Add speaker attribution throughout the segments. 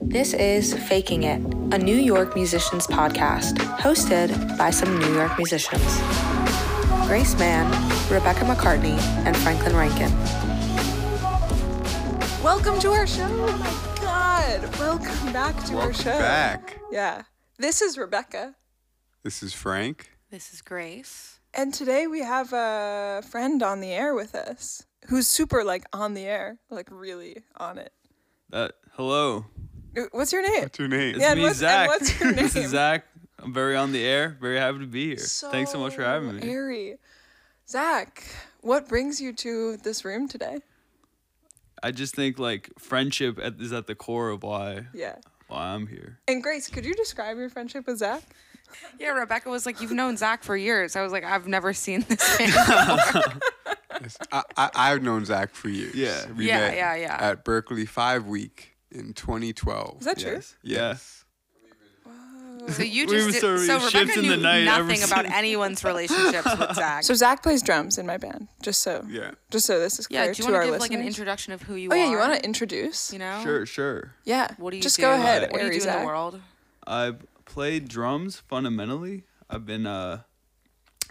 Speaker 1: This is Faking It, a New York musicians podcast hosted by some New York musicians Grace Mann, Rebecca McCartney, and Franklin Rankin. Welcome to our show. Oh my God. Welcome back to our
Speaker 2: Welcome
Speaker 1: show.
Speaker 2: back.
Speaker 1: Yeah. This is Rebecca.
Speaker 2: This is Frank.
Speaker 3: This is Grace.
Speaker 1: And today we have a friend on the air with us who's super like on the air, like really on it. Uh,
Speaker 4: Uh, hello.
Speaker 1: What's your name?
Speaker 2: What's your name?
Speaker 4: It's
Speaker 1: Yeah, and
Speaker 4: me,
Speaker 1: what's- and
Speaker 4: Zach.
Speaker 1: what's your
Speaker 4: this
Speaker 1: name?
Speaker 4: is Zach. I'm very on the air. Very happy to be here. Thanks so much for having me.
Speaker 1: Airy. Zach, what brings you to this room today?
Speaker 4: I just think like friendship at, is at the core of why
Speaker 1: Yeah.
Speaker 4: why I'm here.
Speaker 1: And Grace, could you describe your friendship with Zach?
Speaker 3: Yeah, Rebecca was like, You've known Zach for years. I was like, I've never seen this man.
Speaker 2: I, I, I've known Zach for years.
Speaker 4: Yeah.
Speaker 2: We
Speaker 3: Yeah,
Speaker 2: met
Speaker 3: yeah, yeah.
Speaker 2: At Berkeley Five Week in 2012.
Speaker 1: Is that true?
Speaker 4: Yeah.
Speaker 3: So you
Speaker 4: We
Speaker 3: just
Speaker 4: were
Speaker 3: did,
Speaker 4: so
Speaker 3: so
Speaker 4: ships
Speaker 3: Rebecca
Speaker 4: in
Speaker 3: knew
Speaker 4: the night ever
Speaker 3: nothing about
Speaker 4: since.
Speaker 3: anyone's relationships with Zach.
Speaker 1: So Zach plays drums in my band, just so
Speaker 2: Yeah.
Speaker 1: just so this is clear
Speaker 3: yeah, do
Speaker 1: to
Speaker 3: you want
Speaker 1: our
Speaker 3: to give
Speaker 1: listeners.
Speaker 3: like an introduction of who you
Speaker 1: oh
Speaker 3: are?
Speaker 1: yeah, you want to introduce?
Speaker 3: You know?
Speaker 4: Sure, sure.
Speaker 1: Yeah.
Speaker 3: What do you
Speaker 1: just
Speaker 3: do?
Speaker 1: go ahead,
Speaker 3: What do you
Speaker 1: Airy
Speaker 3: do in
Speaker 1: Zach.
Speaker 3: the world?
Speaker 4: I played drums fundamentally. I've been uh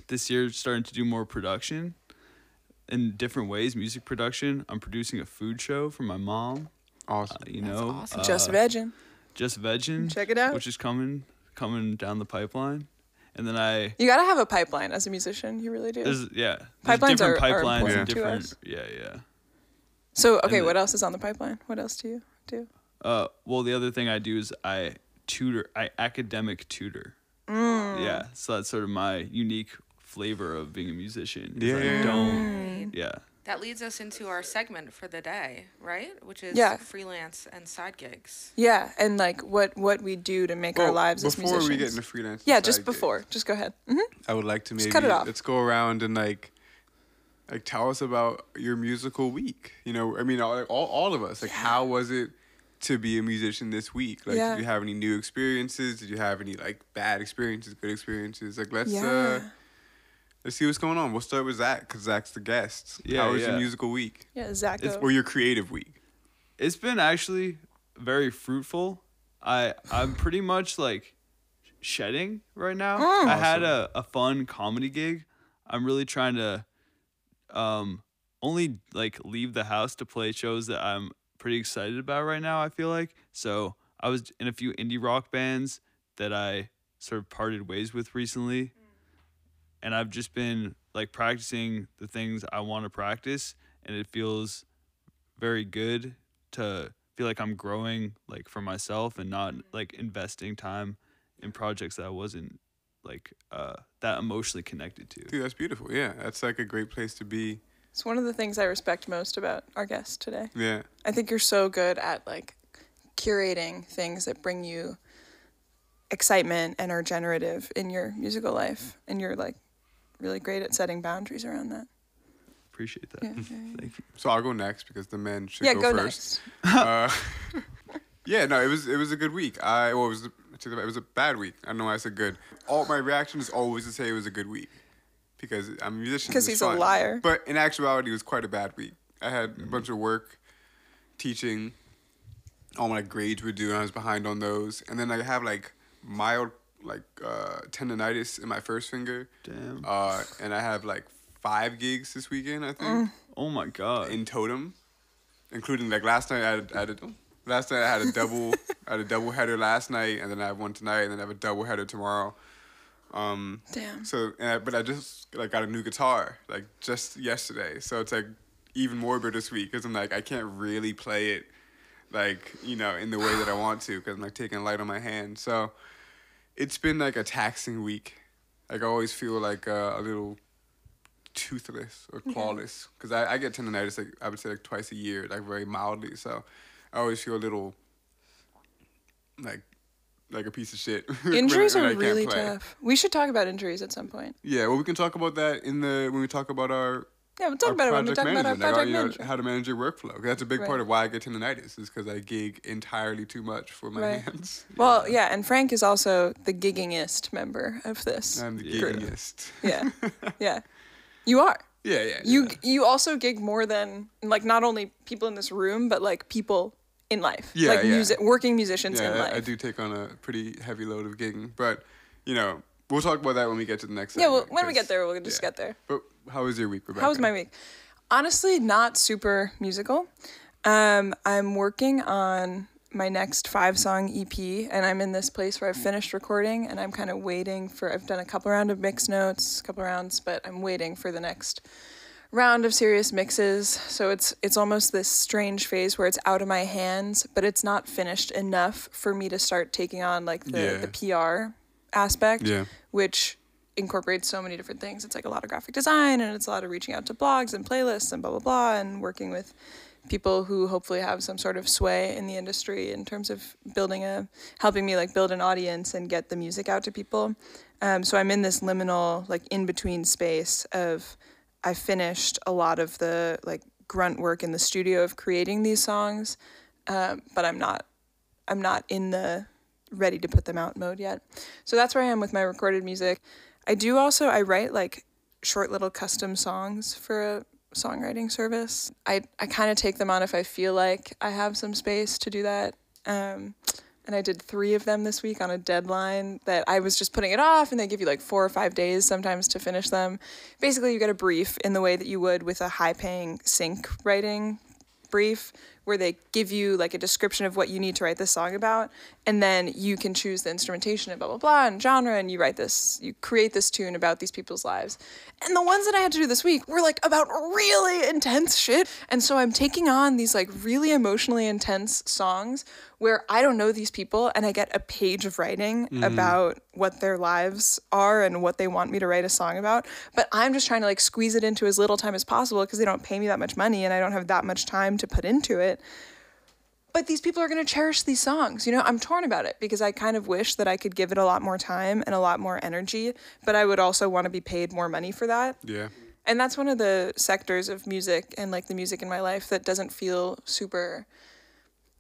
Speaker 4: this year starting to do more production in different ways, music production. I'm producing a food show for my mom,
Speaker 2: Awesome.
Speaker 4: you know.
Speaker 3: awesome.
Speaker 1: Just
Speaker 4: uh,
Speaker 1: vegging.
Speaker 4: just vegging.
Speaker 1: Check it out.
Speaker 4: Which is coming coming down the pipeline. And then I
Speaker 1: You gotta have a pipeline as a musician. You really do.
Speaker 4: There's yeah. There's
Speaker 1: Pipelines
Speaker 4: different
Speaker 1: are- are
Speaker 4: pipelines
Speaker 1: important
Speaker 4: and
Speaker 1: to
Speaker 4: different
Speaker 1: us.
Speaker 4: yeah, yeah.
Speaker 1: so okay,
Speaker 4: the-
Speaker 1: what else is on the pipeline? What else do you do?
Speaker 4: Uh well the other thing I do is I tutor I academic tutor.
Speaker 1: Mm.
Speaker 4: Yeah. So that's sort of my unique flavor of being a musician. is
Speaker 2: Yeah.
Speaker 4: I don't yeah.
Speaker 3: That leads us into our segment for the day, right? Which is
Speaker 1: Yeah.
Speaker 3: freelance and side gigs.
Speaker 1: Yeah, and like what what we do to make our
Speaker 2: Well,
Speaker 1: lives as
Speaker 2: before
Speaker 1: musicians.
Speaker 2: we get into freelance.
Speaker 1: yeah,
Speaker 2: and
Speaker 1: just
Speaker 2: side gigs,
Speaker 1: before. Just go ahead. hmm
Speaker 2: I would like to maybe
Speaker 1: cut it off.
Speaker 2: let's go around and like like tell us about your musical week. You know, I mean all all, all of us. Like how was it to be a musician this week? Like
Speaker 1: Yeah.
Speaker 2: did you have any new experiences? Did you have any like bad experiences, good experiences? Like let's uh
Speaker 1: Yeah.
Speaker 2: let's see what's going on. We'll start with Zach cuz Zach's the guest.
Speaker 4: Yeah,
Speaker 2: how was your
Speaker 4: yeah.
Speaker 2: musical week?
Speaker 1: Yeah, Zach.
Speaker 2: It's,
Speaker 1: go.
Speaker 2: or your creative week?
Speaker 4: It's been actually very fruitful. I I'm pretty much like shedding right now.
Speaker 1: Mm.
Speaker 4: I had a, a fun comedy gig. I'm really trying to um only like leave the house to play shows that I'm pretty excited about right now, I feel like. So I was in a few indie rock bands that I sort of parted ways with recently. And I've just been like practicing the things I want to practice and it feels very good to feel like I'm growing like for myself and not like investing time in projects that I wasn't like uh that emotionally connected to.
Speaker 2: Dude, that's beautiful. Yeah, that's like a great place to be.
Speaker 1: It's one of the things I respect most about our guest today.
Speaker 2: Yeah.
Speaker 1: I think you're so good at like curating things that bring you excitement and are generative in your musical life, and you're like really great at setting boundaries around that.
Speaker 4: Appreciate that.
Speaker 1: Yeah, yeah, yeah.
Speaker 4: Thank you.
Speaker 2: So I'll go next because the men should
Speaker 1: yeah,
Speaker 2: go,
Speaker 1: go,
Speaker 2: first.
Speaker 1: next.
Speaker 2: uh, yeah, no, it was it was a good week. I well, it was I took it back, it was a bad week. I don't know why I said good. All my reaction is always to say it was a good week because I'm a musician.
Speaker 1: 'Cause
Speaker 2: it's
Speaker 1: he's a
Speaker 2: fun.
Speaker 1: liar. Mm-hmm.
Speaker 2: But in actuality, it was quite a bad week. I had a bunch of work, teaching, all my grades were due, and I was behind on those. And then I have like mild like uh, tendonitis in my first finger.
Speaker 4: Damn.
Speaker 2: Uh, and I have like five gigs this weekend, I think
Speaker 1: Mm.
Speaker 4: Oh my god.
Speaker 2: uh, in totem, including like last night I had, I had a, last night I had a double I had a double header last night and then I have one tonight and then I have a double header tomorrow. Um,
Speaker 1: Damn.
Speaker 2: So and I, but I just like got a new guitar like just yesterday, so it's like even more bittersweet because I'm like I can't really play it like you know in the way that I want to because I'm like taking light on my hand. So it's been like a taxing week. Like I always feel like uh, a little toothless or clawless because I, I get tendonitis like I would say like twice a year, like very mildly. So I always feel a little like like a piece of shit. when-
Speaker 1: Injuries
Speaker 2: when I
Speaker 1: are
Speaker 2: can't
Speaker 1: really
Speaker 2: play.
Speaker 1: tough. We should talk about injuries at some point.
Speaker 2: Yeah, well, we can talk about that in the when we talk about our.
Speaker 1: Yeah, we'll talk
Speaker 2: our
Speaker 1: about it when we
Speaker 2: project
Speaker 1: talk about our
Speaker 2: management, like,
Speaker 1: project
Speaker 2: you know,
Speaker 1: manager.
Speaker 2: how to manage your workflow. 'Cause that's a big
Speaker 1: Right.
Speaker 2: part of why I get tendonitis is because I gig entirely too much for my
Speaker 1: Right.
Speaker 2: hands.
Speaker 1: Well, yeah, and Frank is also the giggingest member of this.
Speaker 2: I'm the
Speaker 4: Yeah.
Speaker 2: giggingest.
Speaker 1: yeah, yeah, you are.
Speaker 2: Yeah, yeah.
Speaker 1: You you also gig more than like not only people in this room, but like people in life.
Speaker 2: Yeah,
Speaker 1: like
Speaker 2: yeah.
Speaker 1: music, working musicians
Speaker 2: yeah,
Speaker 1: in life.
Speaker 2: I, I do take on a pretty heavy load of gigging, but you know, we'll talk about that when we get to the next.
Speaker 1: Yeah, well,
Speaker 2: segment,
Speaker 1: when we
Speaker 2: 'cause-
Speaker 1: get there, we'll just
Speaker 2: yeah.
Speaker 1: get there.
Speaker 2: But how was your week, Rebecca?
Speaker 1: How was my week? Honestly, not super musical. Um, I'm working on my next five song EP, and I'm in this place where I've finished recording, and I'm kind of waiting for. I've done a couple round of mix notes, couple rounds, but I'm waiting for the next round of serious mixes. So it's it's almost this strange phase where it's out of my hands, but it's not finished enough for me to start taking on like the,
Speaker 2: Yeah.
Speaker 1: the PR aspect,
Speaker 2: Yeah.
Speaker 1: which incorporates so many different things. It's like a lot of graphic design and it's a lot of reaching out to blogs and playlists and blah, blah, blah, and working with people who hopefully have some sort of sway in the industry in terms of building a, helping me like build an audience and get the music out to people. Um, so I'm in this liminal, like in between space of I finished a lot of the like grunt work in the studio of creating these songs, um, but I'm not I'm not in the ready to put them out mode yet. So that's where I am with my recorded music. I do also I write like short little custom songs for a songwriting service. I I kind of take them on if I feel like I have some space to do that. Um and I did three of them this week on a deadline that I was just putting it off, and they give you like four or five days sometimes to finish them. Basically, you get a brief in the way that you would with a high paying sync writing brief where they give you like a description of what you need to write this song about and then you can choose the instrumentation and blah blah blah and genre and you write this you create this tune about these people's lives and the ones that i had to do this week were like about really intense shit and so i'm taking on these like really emotionally intense songs where i don't know these people and i get a page of writing about what their lives are and what they want me to write a song about but i'm just trying to like squeeze it into as little time as possible because they don't pay me that much money and i don't have that much time to put into it but these people are going to cherish these songs. You know, I'm torn about it because I kind of wish that I could give it a lot more time and a lot more energy, but I would also want to be paid more money for that.
Speaker 2: Yeah.
Speaker 1: And that's one of the sectors of music and like the music in my life that doesn't feel super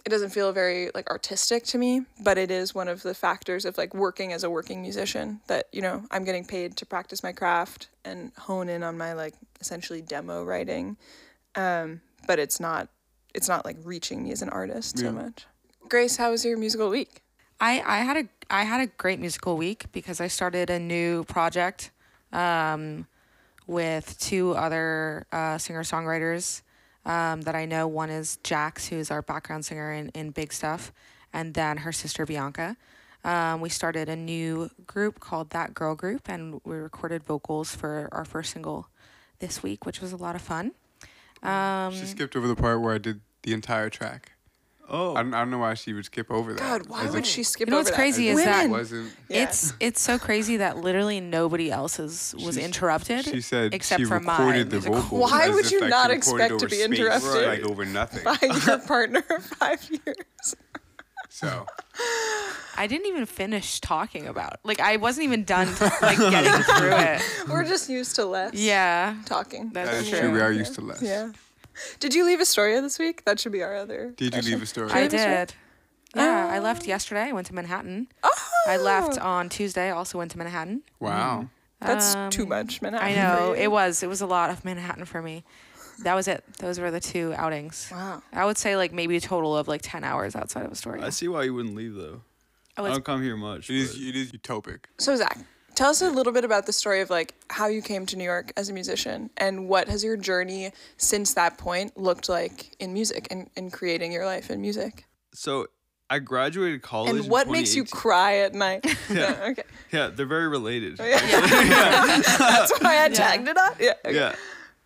Speaker 1: it doesn't feel very like artistic to me, but it is one of the factors of like working as a working musician that, you know, I'm getting paid to practice my craft and hone in on my like essentially demo writing. Um, but it's not it's not like reaching me as an artist so much. Grace, how was your musical week?
Speaker 3: I, I had a I had a great musical week because I started a new project um, with two other uh, singer songwriters um, that I know. One is Jax, who's our background singer in, in Big Stuff, and then her sister Bianca. Um, we started a new group called That Girl Group, and we recorded vocals for our first single this week, which was a lot of fun. Um,
Speaker 2: She skipped over the part where I did the entire track.
Speaker 4: Oh,
Speaker 2: I don't, I don't know why she would skip over that.
Speaker 1: God, why
Speaker 2: As
Speaker 1: would
Speaker 2: if-
Speaker 1: she skip
Speaker 3: You know
Speaker 1: over
Speaker 3: what's
Speaker 1: that?
Speaker 3: crazy
Speaker 2: as
Speaker 3: is
Speaker 2: if it
Speaker 3: that-
Speaker 2: wasn't
Speaker 1: Yeah.
Speaker 3: It's it's so crazy that literally nobody else's was
Speaker 2: She's-
Speaker 3: interrupted.
Speaker 2: She said
Speaker 3: except
Speaker 2: she
Speaker 3: for mine.
Speaker 2: recorded
Speaker 3: It
Speaker 2: the
Speaker 3: was a-
Speaker 2: vocals.
Speaker 1: Why
Speaker 2: as
Speaker 1: would
Speaker 2: if
Speaker 1: you
Speaker 2: I
Speaker 1: not
Speaker 2: recorded
Speaker 1: expect
Speaker 2: over
Speaker 1: to be
Speaker 2: space,
Speaker 1: interrupted?
Speaker 2: Like over nothing.
Speaker 1: by your partner of five years.
Speaker 2: So
Speaker 3: I didn't even finish talking about. Like I wasn't even done like getting through it.
Speaker 1: We're just used to less
Speaker 3: Yeah.
Speaker 1: talking.
Speaker 3: That's
Speaker 2: that's
Speaker 3: Sure.
Speaker 2: true. We are used to less.
Speaker 1: Yeah. Did you leave Astoria this week? That should be our other.
Speaker 2: Did you leave a story?
Speaker 3: I
Speaker 1: this right?
Speaker 3: did. Yeah, I left yesterday. I went to Manhattan. I left on Tuesday. Also went to Manhattan.
Speaker 2: Wow.
Speaker 1: That's too much, Manhattan.
Speaker 3: Um, I
Speaker 1: for
Speaker 3: know
Speaker 1: you.
Speaker 3: it was. It was a lot of Manhattan for me. That was it. Those were the two outings.
Speaker 1: Wow.
Speaker 3: I would say like maybe a total of like ten hours outside of Astoria.
Speaker 4: I see why you wouldn't leave though.
Speaker 3: Oh,
Speaker 4: I
Speaker 3: it's
Speaker 4: don't come here much.
Speaker 2: It is.
Speaker 4: but-
Speaker 2: It is utopic.
Speaker 1: So Zach, tell us a little bit about the story of like how you came to New York as a musician, and what has your journey since that point looked like in music and in creating your life in music,
Speaker 4: so I graduated college.
Speaker 1: and
Speaker 4: in
Speaker 1: what makes you
Speaker 4: 2018.
Speaker 1: cry at night. No, okay,
Speaker 4: Yeah, they're very related.
Speaker 1: Oh, that's why I tagged it up. Yeah. okay.
Speaker 4: Yeah.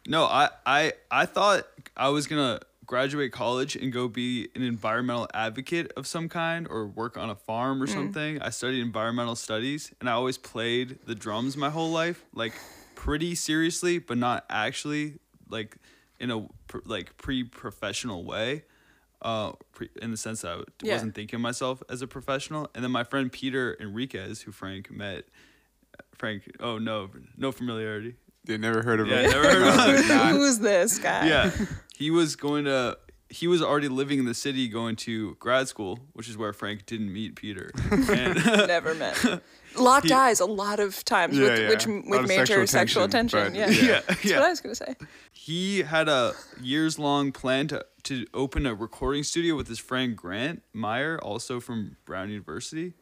Speaker 4: No, I, I I thought I was gonna graduate college and go be an environmental advocate of some kind or work on a farm or
Speaker 1: Hmm.
Speaker 4: something. I studied environmental studies and I always played the drums my whole life, like pretty seriously, but not actually like in a pr- like pre-professional way. Uh, pre- in the sense that I w-
Speaker 1: Yeah.
Speaker 4: wasn't thinking of myself as a professional. And then my friend Peter Enriquez, who Frank met, Frank, oh no, no familiarity.
Speaker 2: They never heard of
Speaker 4: Yeah,
Speaker 2: it.
Speaker 4: never heard of
Speaker 2: No,
Speaker 4: it.
Speaker 2: they're not.
Speaker 1: Who's this guy?
Speaker 4: yeah he was going to he was already living in the city going to grad school which is where frank didn't meet peter and
Speaker 1: Never met. locked
Speaker 4: He-
Speaker 1: eyes a lot of times
Speaker 2: Yeah,
Speaker 1: with
Speaker 2: yeah.
Speaker 1: which
Speaker 2: A lot
Speaker 1: with
Speaker 2: of
Speaker 1: major sexual
Speaker 2: sexual tension,
Speaker 1: tension.
Speaker 2: but-
Speaker 1: yeah.
Speaker 4: yeah,
Speaker 1: That's
Speaker 4: yeah.
Speaker 1: what I was gonna say.
Speaker 4: he had a years long plan to, to open a recording studio with his friend Grant Meyer, also from Brown University.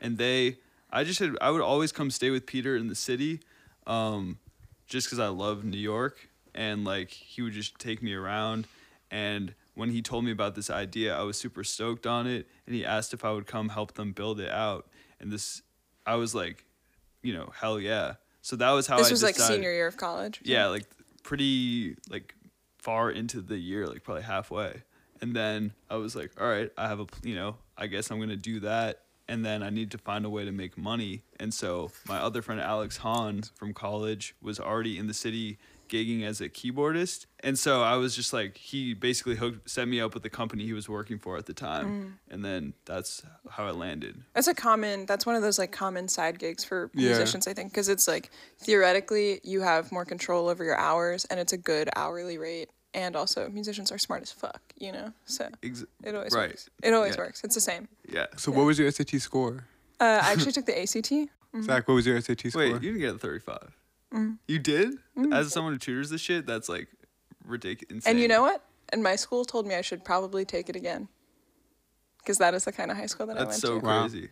Speaker 4: And they, I just had, I would always come stay with Peter in the city um, just because I love New York. And like, he would just take me around. And when he told me about this idea, I was super stoked on it. And he asked if I would come help them build it out. And this, I was like, you know, hell yeah. So that was how
Speaker 1: This
Speaker 4: I
Speaker 1: was like
Speaker 4: decided-
Speaker 1: senior year of college.
Speaker 4: yeah like pretty like far into the year like probably halfway and then i was like all right i have a pl- you know i guess i'm gonna do that and then i need to find a way to make money and so my other friend alex hahn from college was already in the city gigging as a keyboardist and so i was just like he basically hooked set me up with the company he was working for at the time and then that's how i landed
Speaker 1: That's a common. That's one of those like common side gigs for
Speaker 2: Yeah.
Speaker 1: musicians, I think, because it's like theoretically you have more control over your hours, and it's a good hourly rate. And also, musicians are smart as fuck, you know. So
Speaker 4: Ex-
Speaker 1: it always
Speaker 4: right.
Speaker 1: works. It always
Speaker 4: Yeah.
Speaker 1: works. It's the same.
Speaker 4: yeah
Speaker 2: So what was your SAT score?
Speaker 1: Uh, I actually took the ACT.
Speaker 2: Zach, what was your SAT score?
Speaker 4: Wait, you didn't get a 35.
Speaker 1: Mm.
Speaker 4: You did? As someone who tutors this shit, that's like ridiculous.
Speaker 1: And you know what? And my school told me I should probably take it again. Because that is the kind of high school that I went
Speaker 4: That's so
Speaker 1: to.
Speaker 2: Wow.
Speaker 4: crazy.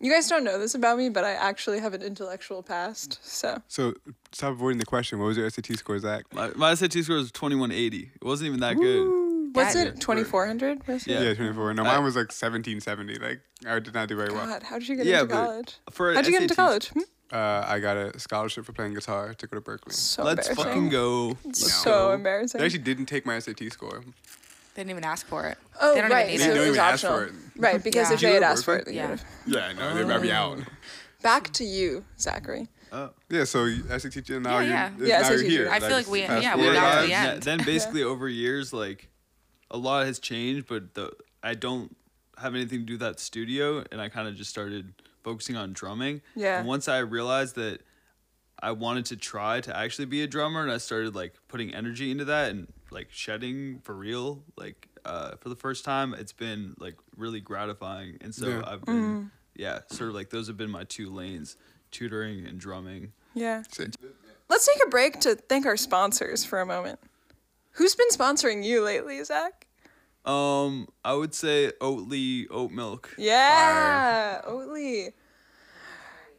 Speaker 1: You guys don't know this about me, but I actually have an intellectual past. So
Speaker 2: so stop avoiding the question. What was your SAT score, Zach?
Speaker 4: My, my SAT score was 2180. It wasn't even that
Speaker 1: what's
Speaker 3: That-
Speaker 1: it? Twenty four hundred?
Speaker 4: Yeah.
Speaker 2: Yeah, 24. No, mine was like 1770. Like I did not do very well.
Speaker 1: God, how did you get
Speaker 4: Yeah,
Speaker 1: into
Speaker 4: but
Speaker 1: college?
Speaker 4: good. For
Speaker 1: How'd you get into
Speaker 4: SATs,
Speaker 1: college? Hmm?
Speaker 2: Uh, I got a scholarship for playing guitar to go to Berkeley.
Speaker 1: So
Speaker 4: Let's
Speaker 1: embarrassing.
Speaker 4: fucking go. Let's
Speaker 1: So
Speaker 4: go.
Speaker 1: embarrassing.
Speaker 2: They actually didn't take my SAT score.
Speaker 3: They didn't even ask for it.
Speaker 1: oh,
Speaker 3: they don't
Speaker 1: right.
Speaker 3: even
Speaker 1: so
Speaker 3: need
Speaker 1: it
Speaker 2: They don't
Speaker 3: it.
Speaker 1: was
Speaker 2: even ask
Speaker 1: optional.
Speaker 2: for it.
Speaker 1: Right, because
Speaker 3: Yeah.
Speaker 1: if
Speaker 2: Did
Speaker 1: they
Speaker 2: you
Speaker 1: had
Speaker 2: go to
Speaker 1: asked for it,
Speaker 2: Berkeley?
Speaker 1: you
Speaker 3: Yeah.
Speaker 1: would have.
Speaker 2: Yeah, no, they might be
Speaker 1: Oh.
Speaker 2: out.
Speaker 1: Back to you, Zachary.
Speaker 4: Oh.
Speaker 2: Yeah, so you- SAT teacher, now
Speaker 3: Yeah,
Speaker 2: you're,
Speaker 1: yeah. Yeah,
Speaker 2: now
Speaker 1: SAT
Speaker 2: you're here.
Speaker 1: teacher.
Speaker 3: I feel like we-
Speaker 2: fast
Speaker 3: yeah, we
Speaker 2: forward
Speaker 3: got to the
Speaker 2: five.
Speaker 3: end.
Speaker 4: Then basically over years, like a lot has changed, but the I don't have anything to do with that studio, and I kind of just started focusing on drumming.
Speaker 1: Yeah.
Speaker 4: And once I realized that I wanted to try to actually be a drummer, and I started like putting energy into that and like shedding for real, like uh, for the first time, it's been like really gratifying, and so
Speaker 2: Yeah.
Speaker 4: I've been yeah, sort of like those have been my two lanes: tutoring and drumming.
Speaker 1: Yeah.
Speaker 2: So-
Speaker 1: Let's take a break to thank our sponsors for a moment. Who's been sponsoring you lately, Zach?
Speaker 4: Um, I would say Oatly oat milk.
Speaker 1: Yeah, Oatly.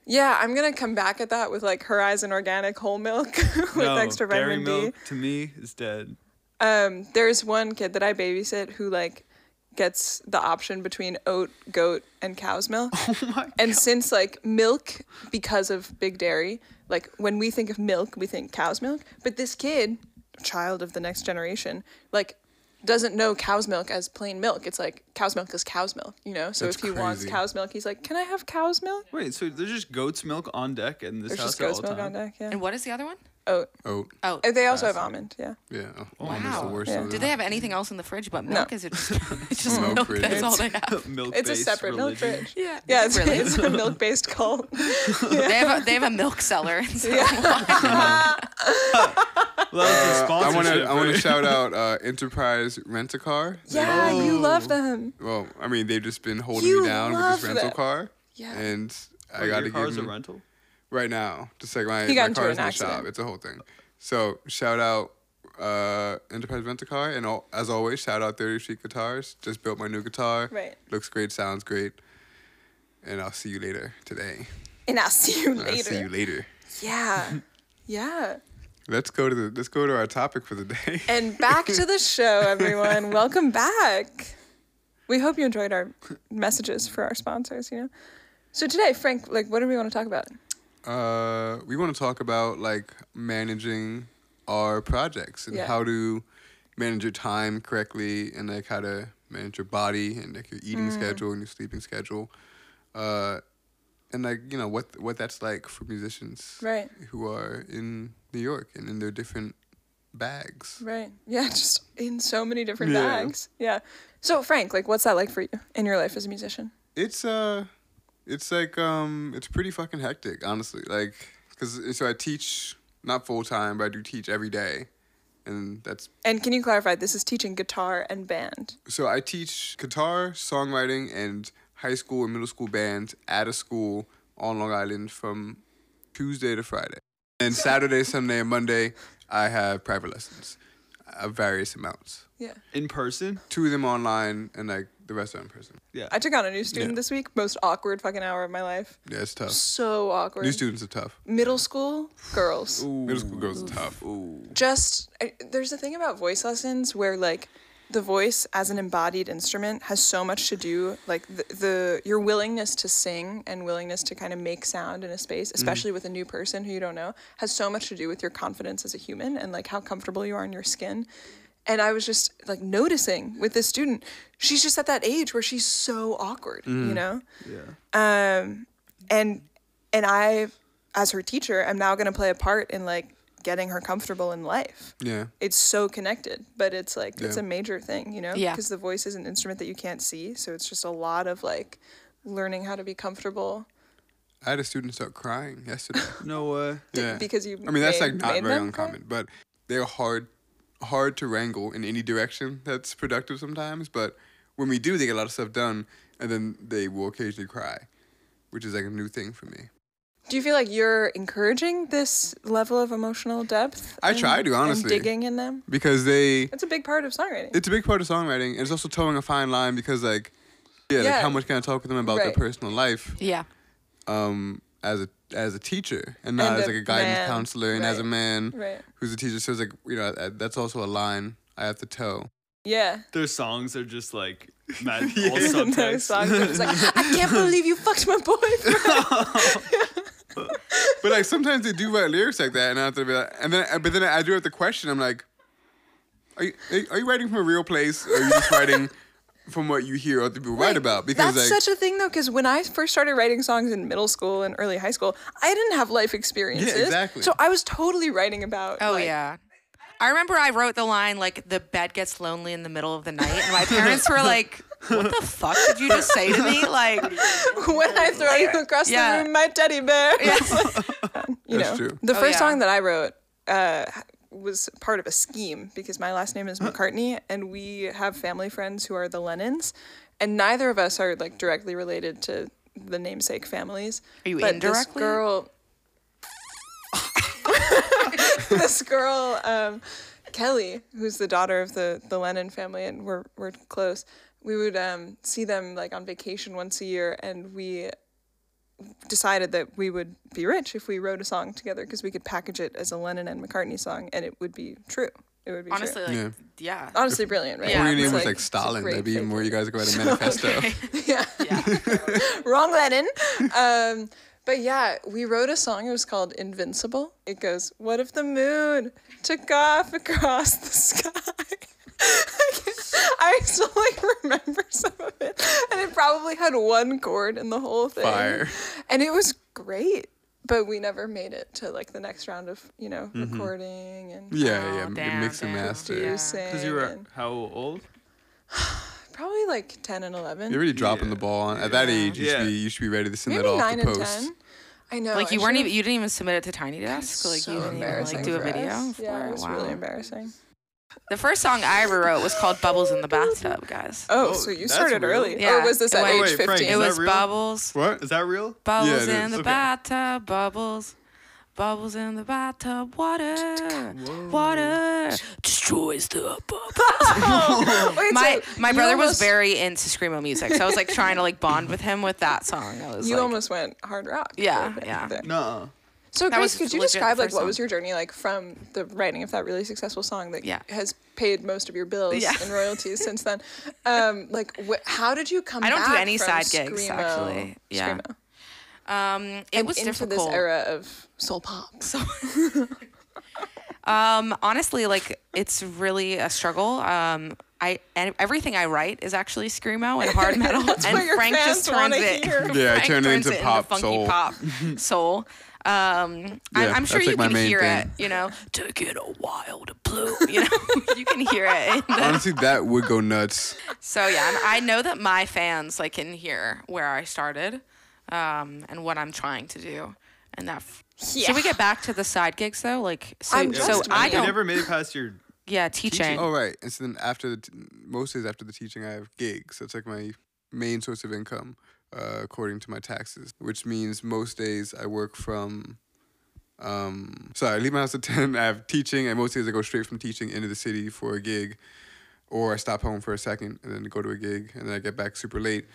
Speaker 1: Yeah, I'm gonna come back at that with like Horizon Organic whole milk with extra
Speaker 4: dairy
Speaker 1: vitamin D.
Speaker 4: milk to me is dead.
Speaker 1: Um, there's one kid that I babysit who like gets the option between oat, goat, and cow's milk.
Speaker 3: Oh
Speaker 1: and since like milk, because of big dairy, like when we think of milk, we think cow's milk. But this kid, child of the next generation, like doesn't know cow's milk as plain milk. It's like cow's milk is cow's milk, you know. So
Speaker 2: That's
Speaker 1: if he wants
Speaker 2: crazy.
Speaker 1: cow's milk, he's like, "Can I have cow's milk?"
Speaker 4: Wait, so there's just goat's milk on deck in this
Speaker 1: There's
Speaker 4: house
Speaker 1: just
Speaker 4: at all
Speaker 1: goat's milk
Speaker 4: time?
Speaker 1: on deck. Yeah.
Speaker 3: And what is the other one?
Speaker 1: Oat.
Speaker 2: Oh,
Speaker 3: Oh,
Speaker 1: Oh, they also have almond. Yeah.
Speaker 2: yeah. Oh,
Speaker 3: wow.
Speaker 2: almond is the worst.
Speaker 1: Yeah.
Speaker 2: of
Speaker 3: Did
Speaker 2: them.
Speaker 3: they have anything else in the fridge but milk? Is it just, it's just
Speaker 2: Milk
Speaker 3: milk?
Speaker 2: fridge.
Speaker 3: That's all they have.
Speaker 4: milk.
Speaker 1: It's a separate
Speaker 4: religion.
Speaker 1: milk fridge.
Speaker 3: Yeah.
Speaker 1: Yeah, it's,
Speaker 3: really.
Speaker 1: it's a milk-based cult.
Speaker 3: They have a they have a milk cellar.
Speaker 4: Well, that's a
Speaker 2: Uh, I want to
Speaker 4: sponsorship,
Speaker 2: I want to
Speaker 4: right?
Speaker 2: shout out uh, Enterprise Rent a Car.
Speaker 1: Yeah, you love them.
Speaker 2: Well, I mean they've just been holding
Speaker 1: You
Speaker 2: me down with
Speaker 1: love
Speaker 2: this rental
Speaker 1: that.
Speaker 2: car.
Speaker 1: Yeah.
Speaker 2: And I
Speaker 4: Wait,
Speaker 2: got to
Speaker 4: your car's
Speaker 2: give
Speaker 4: a
Speaker 2: them
Speaker 4: rental.
Speaker 2: right now. Just like my,
Speaker 1: He got
Speaker 2: my
Speaker 1: into
Speaker 2: car
Speaker 1: an
Speaker 2: is in the
Speaker 1: accident.
Speaker 2: shop. It's a whole thing. So shout out uh, Enterprise Rent a Car, and all, as always, shout out Thirty Street Guitars. Just built my new guitar.
Speaker 1: Right.
Speaker 2: Looks great. Sounds great. And I'll see you later today.
Speaker 1: And I'll see you later.
Speaker 2: I'll see you later.
Speaker 1: Yeah. Yeah.
Speaker 2: Let's go to the let's go to our topic for the day.
Speaker 1: And back to the show, everyone. Welcome back. We hope you enjoyed our messages for our sponsors, you know. So today, Frank, like what do we want to talk about?
Speaker 2: Uh, we want to talk about like managing our projects and
Speaker 1: Yeah.
Speaker 2: how to manage your time correctly and like how to manage your body and like your
Speaker 1: Mm.
Speaker 2: eating schedule and your sleeping schedule. Uh, and like you know what what that's like for musicians
Speaker 1: Right.
Speaker 2: who are in New York and in their different bags.
Speaker 1: Right. Yeah, just in so many different
Speaker 2: Yeah.
Speaker 1: bags. Yeah. So Frank, like what's that like for you in your life as a musician?
Speaker 2: It's uh, it's like um, it's pretty fucking hectic, honestly. Like, cause so I teach not full time, but I do teach every day, and that's
Speaker 1: And can you clarify this is teaching guitar and band?
Speaker 2: So I teach guitar, songwriting, and high school and middle school bands at a school on Long Island from Tuesday to Friday. And Saturday, Sunday, and Monday, I have private lessons of various amounts.
Speaker 1: Yeah.
Speaker 4: in person.
Speaker 2: Two of them online, and like the rest are in person.
Speaker 4: Yeah.
Speaker 1: I took on a new student
Speaker 2: Yeah.
Speaker 1: this week. Most awkward fucking hour of my life.
Speaker 2: Yeah, it's tough.
Speaker 1: So awkward.
Speaker 2: New students are tough.
Speaker 1: Middle school girls.
Speaker 2: Middle school girls are tough.
Speaker 1: just I, there's a thing about voice lessons where like the voice as an embodied instrument has so much to do like the, the your willingness to sing and willingness to kind of make sound in a space especially with a new person who you don't know has so much to do with your confidence as a human and like how comfortable you are in your skin and i was just like noticing with this student she's just at that age where she's so awkward you know um, and and I, as her teacher, am now gonna play a part in like getting her comfortable in life.
Speaker 2: Yeah.
Speaker 1: It's so connected, but it's like it's
Speaker 2: Yeah.
Speaker 1: a major thing, you know,
Speaker 3: Yeah.
Speaker 1: because the voice is an instrument that you can't see, so it's just a lot of like learning how to be comfortable
Speaker 2: I had a student start crying yesterday.
Speaker 4: No uh, way.
Speaker 1: d-
Speaker 2: yeah.
Speaker 1: because you.
Speaker 2: I mean, that's
Speaker 1: made-
Speaker 2: like not
Speaker 1: made
Speaker 2: very
Speaker 1: them cry?
Speaker 2: uncommon, but they're hard, hard to wrangle in any direction that's productive sometimes. But when we do, they get a lot of stuff done, and then they will occasionally cry, which is like a new thing for me.
Speaker 1: Do you feel like you're encouraging this level of emotional depth?
Speaker 2: I try to,
Speaker 1: and
Speaker 2: honestly.
Speaker 1: digging in them.
Speaker 2: Because they,
Speaker 1: That's a big part of songwriting.
Speaker 2: it's a big part of songwriting, and it's also towing a fine line because like, yeah,
Speaker 1: Yeah.
Speaker 2: like how much can I talk with them about their
Speaker 1: Right.
Speaker 2: personal life,
Speaker 3: Yeah.
Speaker 2: um, as a as a teacher and not
Speaker 1: And a
Speaker 2: as like a guidance
Speaker 1: man,
Speaker 2: counselor and as a
Speaker 1: right,
Speaker 2: man
Speaker 1: right.
Speaker 2: who's a teacher. So it's like you know I, that's also a line I have to toe.
Speaker 1: yeah.
Speaker 4: Their songs are just like mad, all
Speaker 1: And those
Speaker 4: subtext.
Speaker 1: songs, I'm just like, I can't believe you fucked my boyfriend.
Speaker 2: But like sometimes they do write lyrics like that, and I have to be like, and then but then I do have to question. I'm like, are you are you- are you writing from a real place, or are you just writing from what you hear other people write
Speaker 1: Wait,
Speaker 2: about? Because
Speaker 1: that's
Speaker 2: like
Speaker 1: such a thing though, because when I first started writing songs in middle school and early high school, I didn't have life experiences.
Speaker 2: exactly.
Speaker 1: So I was totally writing about.
Speaker 3: Oh
Speaker 1: like,
Speaker 3: yeah. I remember I wrote the line like the bed gets lonely in the middle of the night and my parents were like, What the fuck did you just say to me? Like
Speaker 1: When I throw you across
Speaker 3: Yeah. Oh,
Speaker 1: the room, my teddy bear. you
Speaker 2: That's
Speaker 1: know,
Speaker 2: true.
Speaker 1: the first
Speaker 3: yeah.
Speaker 1: song that I wrote uh, was part of a scheme because my last name is McCartney, and we have family friends who are the Lennons, and neither of us are like directly related to the namesake families.
Speaker 3: Are you
Speaker 1: but
Speaker 3: indirectly?
Speaker 1: This girl, this girl, um, Kelly, who's the daughter of the the Lennon family, and we're we're close. We would um, see them like on vacation once a year, and we decided that we would be rich if we wrote a song together because we could package it as a Lennon and McCartney song, and it would be true. It would be true.
Speaker 3: honestly, like yeah.
Speaker 1: honestly brilliant, right?
Speaker 3: Yeah,
Speaker 2: your
Speaker 3: it's
Speaker 2: name was
Speaker 1: like-
Speaker 2: like
Speaker 1: it's a
Speaker 2: Stalin.
Speaker 1: great
Speaker 2: That'd be even
Speaker 1: fake
Speaker 2: where you guys go out a manifesto.
Speaker 1: yeah. Wrong Lennon. Um, but yeah, we wrote a song. It was called Invincible. It goes, What if the moon took off across the sky? I can't- I still like remember some of it, and it probably had one chord in the whole thing.
Speaker 2: Fire.
Speaker 1: And it was great, but we never made it to like the next round of you know recording and
Speaker 2: Mm-hmm. Yeah,
Speaker 3: Oh,
Speaker 2: yeah,
Speaker 3: damn,
Speaker 2: mix and
Speaker 3: damn.
Speaker 2: master.
Speaker 3: Yeah.
Speaker 1: producing.
Speaker 4: Because you were
Speaker 1: and
Speaker 4: how old?
Speaker 1: probably like ten and eleven.
Speaker 2: You're really dropping the ball at that age. You
Speaker 4: Yeah.
Speaker 2: should be you should be ready to send
Speaker 1: Maybe
Speaker 2: that off
Speaker 1: nine
Speaker 2: to
Speaker 1: and
Speaker 2: post.
Speaker 1: ten. I know.
Speaker 3: like you
Speaker 1: I
Speaker 3: weren't
Speaker 1: should've-
Speaker 3: even you didn't even submit it to Tiny Desk. Like you didn't even like do a
Speaker 1: for
Speaker 3: video.
Speaker 1: us. Yeah,
Speaker 3: for
Speaker 1: it
Speaker 3: it?
Speaker 1: was
Speaker 3: wow.
Speaker 1: really embarrassing.
Speaker 3: The first song I ever wrote was called Bubbles in the Bathtub, guys.
Speaker 1: Oh,
Speaker 4: Oh,
Speaker 1: so you
Speaker 4: that's
Speaker 1: started
Speaker 4: real.
Speaker 1: early,
Speaker 3: Yeah.
Speaker 1: or was this
Speaker 3: It
Speaker 1: at
Speaker 3: was-
Speaker 1: age
Speaker 4: Wait, Frank,
Speaker 1: fifteen?
Speaker 3: it
Speaker 4: is that
Speaker 3: was
Speaker 4: real?
Speaker 3: Bubbles.
Speaker 2: What?
Speaker 4: Is that real?
Speaker 3: Bubbles
Speaker 2: Yeah,
Speaker 3: in
Speaker 2: it is.
Speaker 3: the
Speaker 2: Okay.
Speaker 3: bathtub, bubbles. Bubbles in the bathtub, water, water destroys the bubbles.
Speaker 1: Wait,
Speaker 3: my
Speaker 1: so
Speaker 3: my
Speaker 1: you
Speaker 3: brother was
Speaker 1: almost-
Speaker 3: very into screamo music, so I was like trying to like bond with him with that song. I was
Speaker 1: You
Speaker 3: like,
Speaker 1: almost went hard rock.
Speaker 3: Yeah,
Speaker 1: there.
Speaker 3: yeah.
Speaker 1: There.
Speaker 4: No.
Speaker 1: So, Grace,
Speaker 3: was
Speaker 1: could you
Speaker 3: legit the
Speaker 1: describe like
Speaker 3: first
Speaker 1: what
Speaker 3: song.
Speaker 1: was your journey like from the writing of that really successful song that
Speaker 3: Yeah.
Speaker 1: has paid most of your bills
Speaker 3: Yeah.
Speaker 1: and royalties since then? Um, like, wh- how did you come?
Speaker 3: I don't do
Speaker 1: back
Speaker 3: any
Speaker 1: from
Speaker 3: side gigs,
Speaker 1: screamo-
Speaker 3: actually. Yeah.
Speaker 1: screamo
Speaker 3: um, it
Speaker 1: and
Speaker 3: was
Speaker 1: into
Speaker 3: difficult.
Speaker 1: this era of soul pop.
Speaker 3: So, um, honestly, like it's really a struggle. Um, I and everything I write is actually screamo and hard metal,
Speaker 1: That's
Speaker 3: and
Speaker 1: what your
Speaker 3: Frank
Speaker 1: fans
Speaker 3: just turns
Speaker 1: wanna
Speaker 3: it.
Speaker 1: hear.
Speaker 2: Yeah, I
Speaker 3: Frank
Speaker 2: turn it
Speaker 3: turns
Speaker 2: into pop
Speaker 3: funky
Speaker 2: soul.
Speaker 3: pop soul. Um, I,
Speaker 2: Yeah,
Speaker 3: I'm sure
Speaker 2: that's,
Speaker 3: you
Speaker 2: like, my
Speaker 3: can
Speaker 2: main
Speaker 3: hear
Speaker 2: thing.
Speaker 3: it. You know, took it a while to bloom. You know, you can hear it. in the-
Speaker 2: Honestly, that would go nuts.
Speaker 3: so yeah, and I know that my fans like can hear where I started, um, and what I'm trying to do, and that. F- Should we get back to the side gigs though? Like, so,
Speaker 1: I'm
Speaker 3: so
Speaker 1: just-
Speaker 3: I
Speaker 4: You
Speaker 3: don't.
Speaker 4: never made it past your.
Speaker 3: yeah, teaching.
Speaker 2: Oh right, and so then after the t- most days after the teaching, I have gigs. That's like my main source of income. uh, according to my taxes, which means most days I work from. Um, so I leave my house at 10. I have teaching, and most days I go straight from teaching into the city for a gig, or I stop home for a second and then go to a gig, and then I get back super late.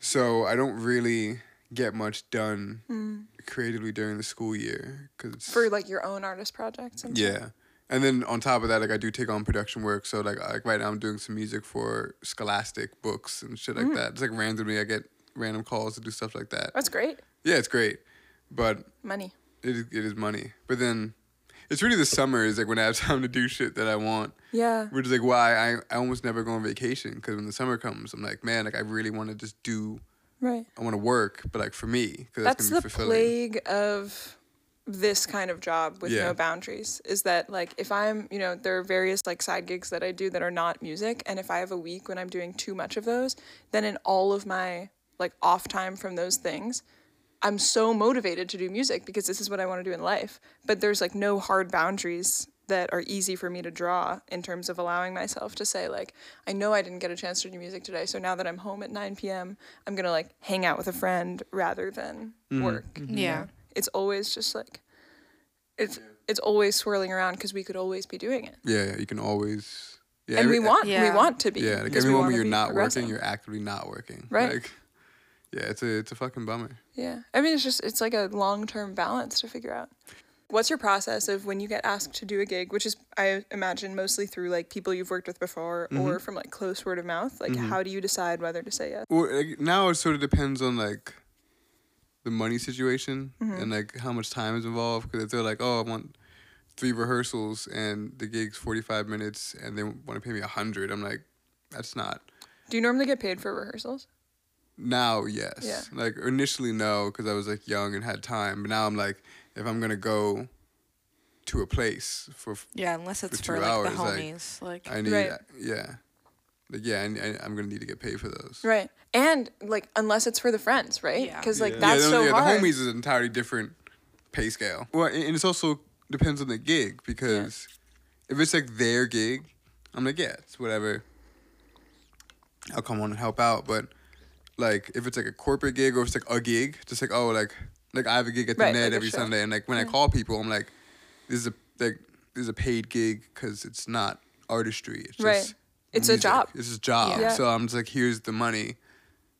Speaker 2: So I don't really get much done creatively during the school year because
Speaker 1: for like your own artist projects and
Speaker 2: yeah. And then on top of that, like I do take on production work. So like like right now I'm doing some music for Scholastic books and shit like that. It's like randomly I get random calls to do stuff like that.
Speaker 1: Mm. that's great
Speaker 2: Yeah, it's great, but
Speaker 1: money
Speaker 2: it is, it is money. But then it's really the summer is like when I have time to do shit that I want,
Speaker 1: yeah
Speaker 2: which is like why I, I almost never go on vacation because when the summer comes, I'm like man, like I really want to just do
Speaker 1: right
Speaker 2: I want to work, but like for me because
Speaker 1: that's
Speaker 2: gonna
Speaker 1: the
Speaker 2: be fulfilling.
Speaker 1: plague of this kind of job with
Speaker 2: Yeah.
Speaker 1: no boundaries is that like if i'm you know there are various like side gigs that i do that are not music and if i have a week when i'm doing too much of those then in all of my like off time from those things i'm so motivated to do music because this is what i want to do in life but there's like no hard boundaries that are easy for me to draw in terms of allowing myself to say like i know i didn't get a chance to do music today so now that i'm home at 9 p.m i'm gonna like hang out with a friend rather than work
Speaker 3: Yeah.
Speaker 1: it's always just like it's it's always swirling around because we could always be doing it
Speaker 2: Yeah, yeah, you can always. Yeah,
Speaker 1: and
Speaker 2: every-
Speaker 1: we want we
Speaker 3: Yeah.
Speaker 1: want to be
Speaker 2: Yeah, like
Speaker 1: because
Speaker 2: every
Speaker 1: we
Speaker 2: moment
Speaker 1: wanna
Speaker 2: you're
Speaker 1: be
Speaker 2: not
Speaker 1: progressing.
Speaker 2: working, you're actively not working.
Speaker 1: Right.
Speaker 2: Like, yeah, it's a it's a fucking bummer.
Speaker 1: yeah i mean it's just it's like a long-term balance to figure out what's your process of when you get asked to do a gig which is i imagine mostly through like people you've worked with before
Speaker 2: Mm-hmm.
Speaker 1: or from like close word of mouth like how do you decide whether to say yes
Speaker 2: Well, like, now it sort of depends on like the money situation
Speaker 3: Mm-hmm.
Speaker 2: and like how much time is involved. Because if they're like, oh, I want three rehearsals and the gig's forty five minutes, and they want to pay me a hundred, I'm like, that's not.
Speaker 1: do you normally get paid for rehearsals
Speaker 2: Now, yes.
Speaker 1: Yeah.
Speaker 2: Like initially, no, because I was like young and had time. But now I'm like, if I'm gonna go to a place for
Speaker 3: Yeah, unless it's
Speaker 2: two
Speaker 3: for like
Speaker 2: hours,
Speaker 3: the
Speaker 2: like,
Speaker 3: homies. Like,
Speaker 2: I need,
Speaker 1: Right.
Speaker 2: yeah, like yeah, I, I, am gonna need to get paid for those.
Speaker 1: right and like unless it's for the friends right
Speaker 3: Yeah.
Speaker 1: because like
Speaker 2: Yeah,
Speaker 1: that's
Speaker 2: no,
Speaker 1: so
Speaker 2: yeah,
Speaker 1: hard
Speaker 2: The homies is an entirely different pay scale. Well, and and it's also depends on the gig because if it's like their gig, I'm like yeah, it's whatever. I'll come on and help out, but like if it's like a corporate gig or it's like a gig, just like oh like like I have a gig at the
Speaker 1: Right,
Speaker 2: Ned
Speaker 1: like a
Speaker 2: every
Speaker 1: show.
Speaker 2: Sunday, and like when I call people, I'm like, this is a like this is a paid gig because it's not artistry. It's
Speaker 1: Right.
Speaker 2: just
Speaker 1: It's a
Speaker 2: music.
Speaker 1: job.
Speaker 2: It's a job.
Speaker 1: Yeah.
Speaker 2: So I'm just like, here's the money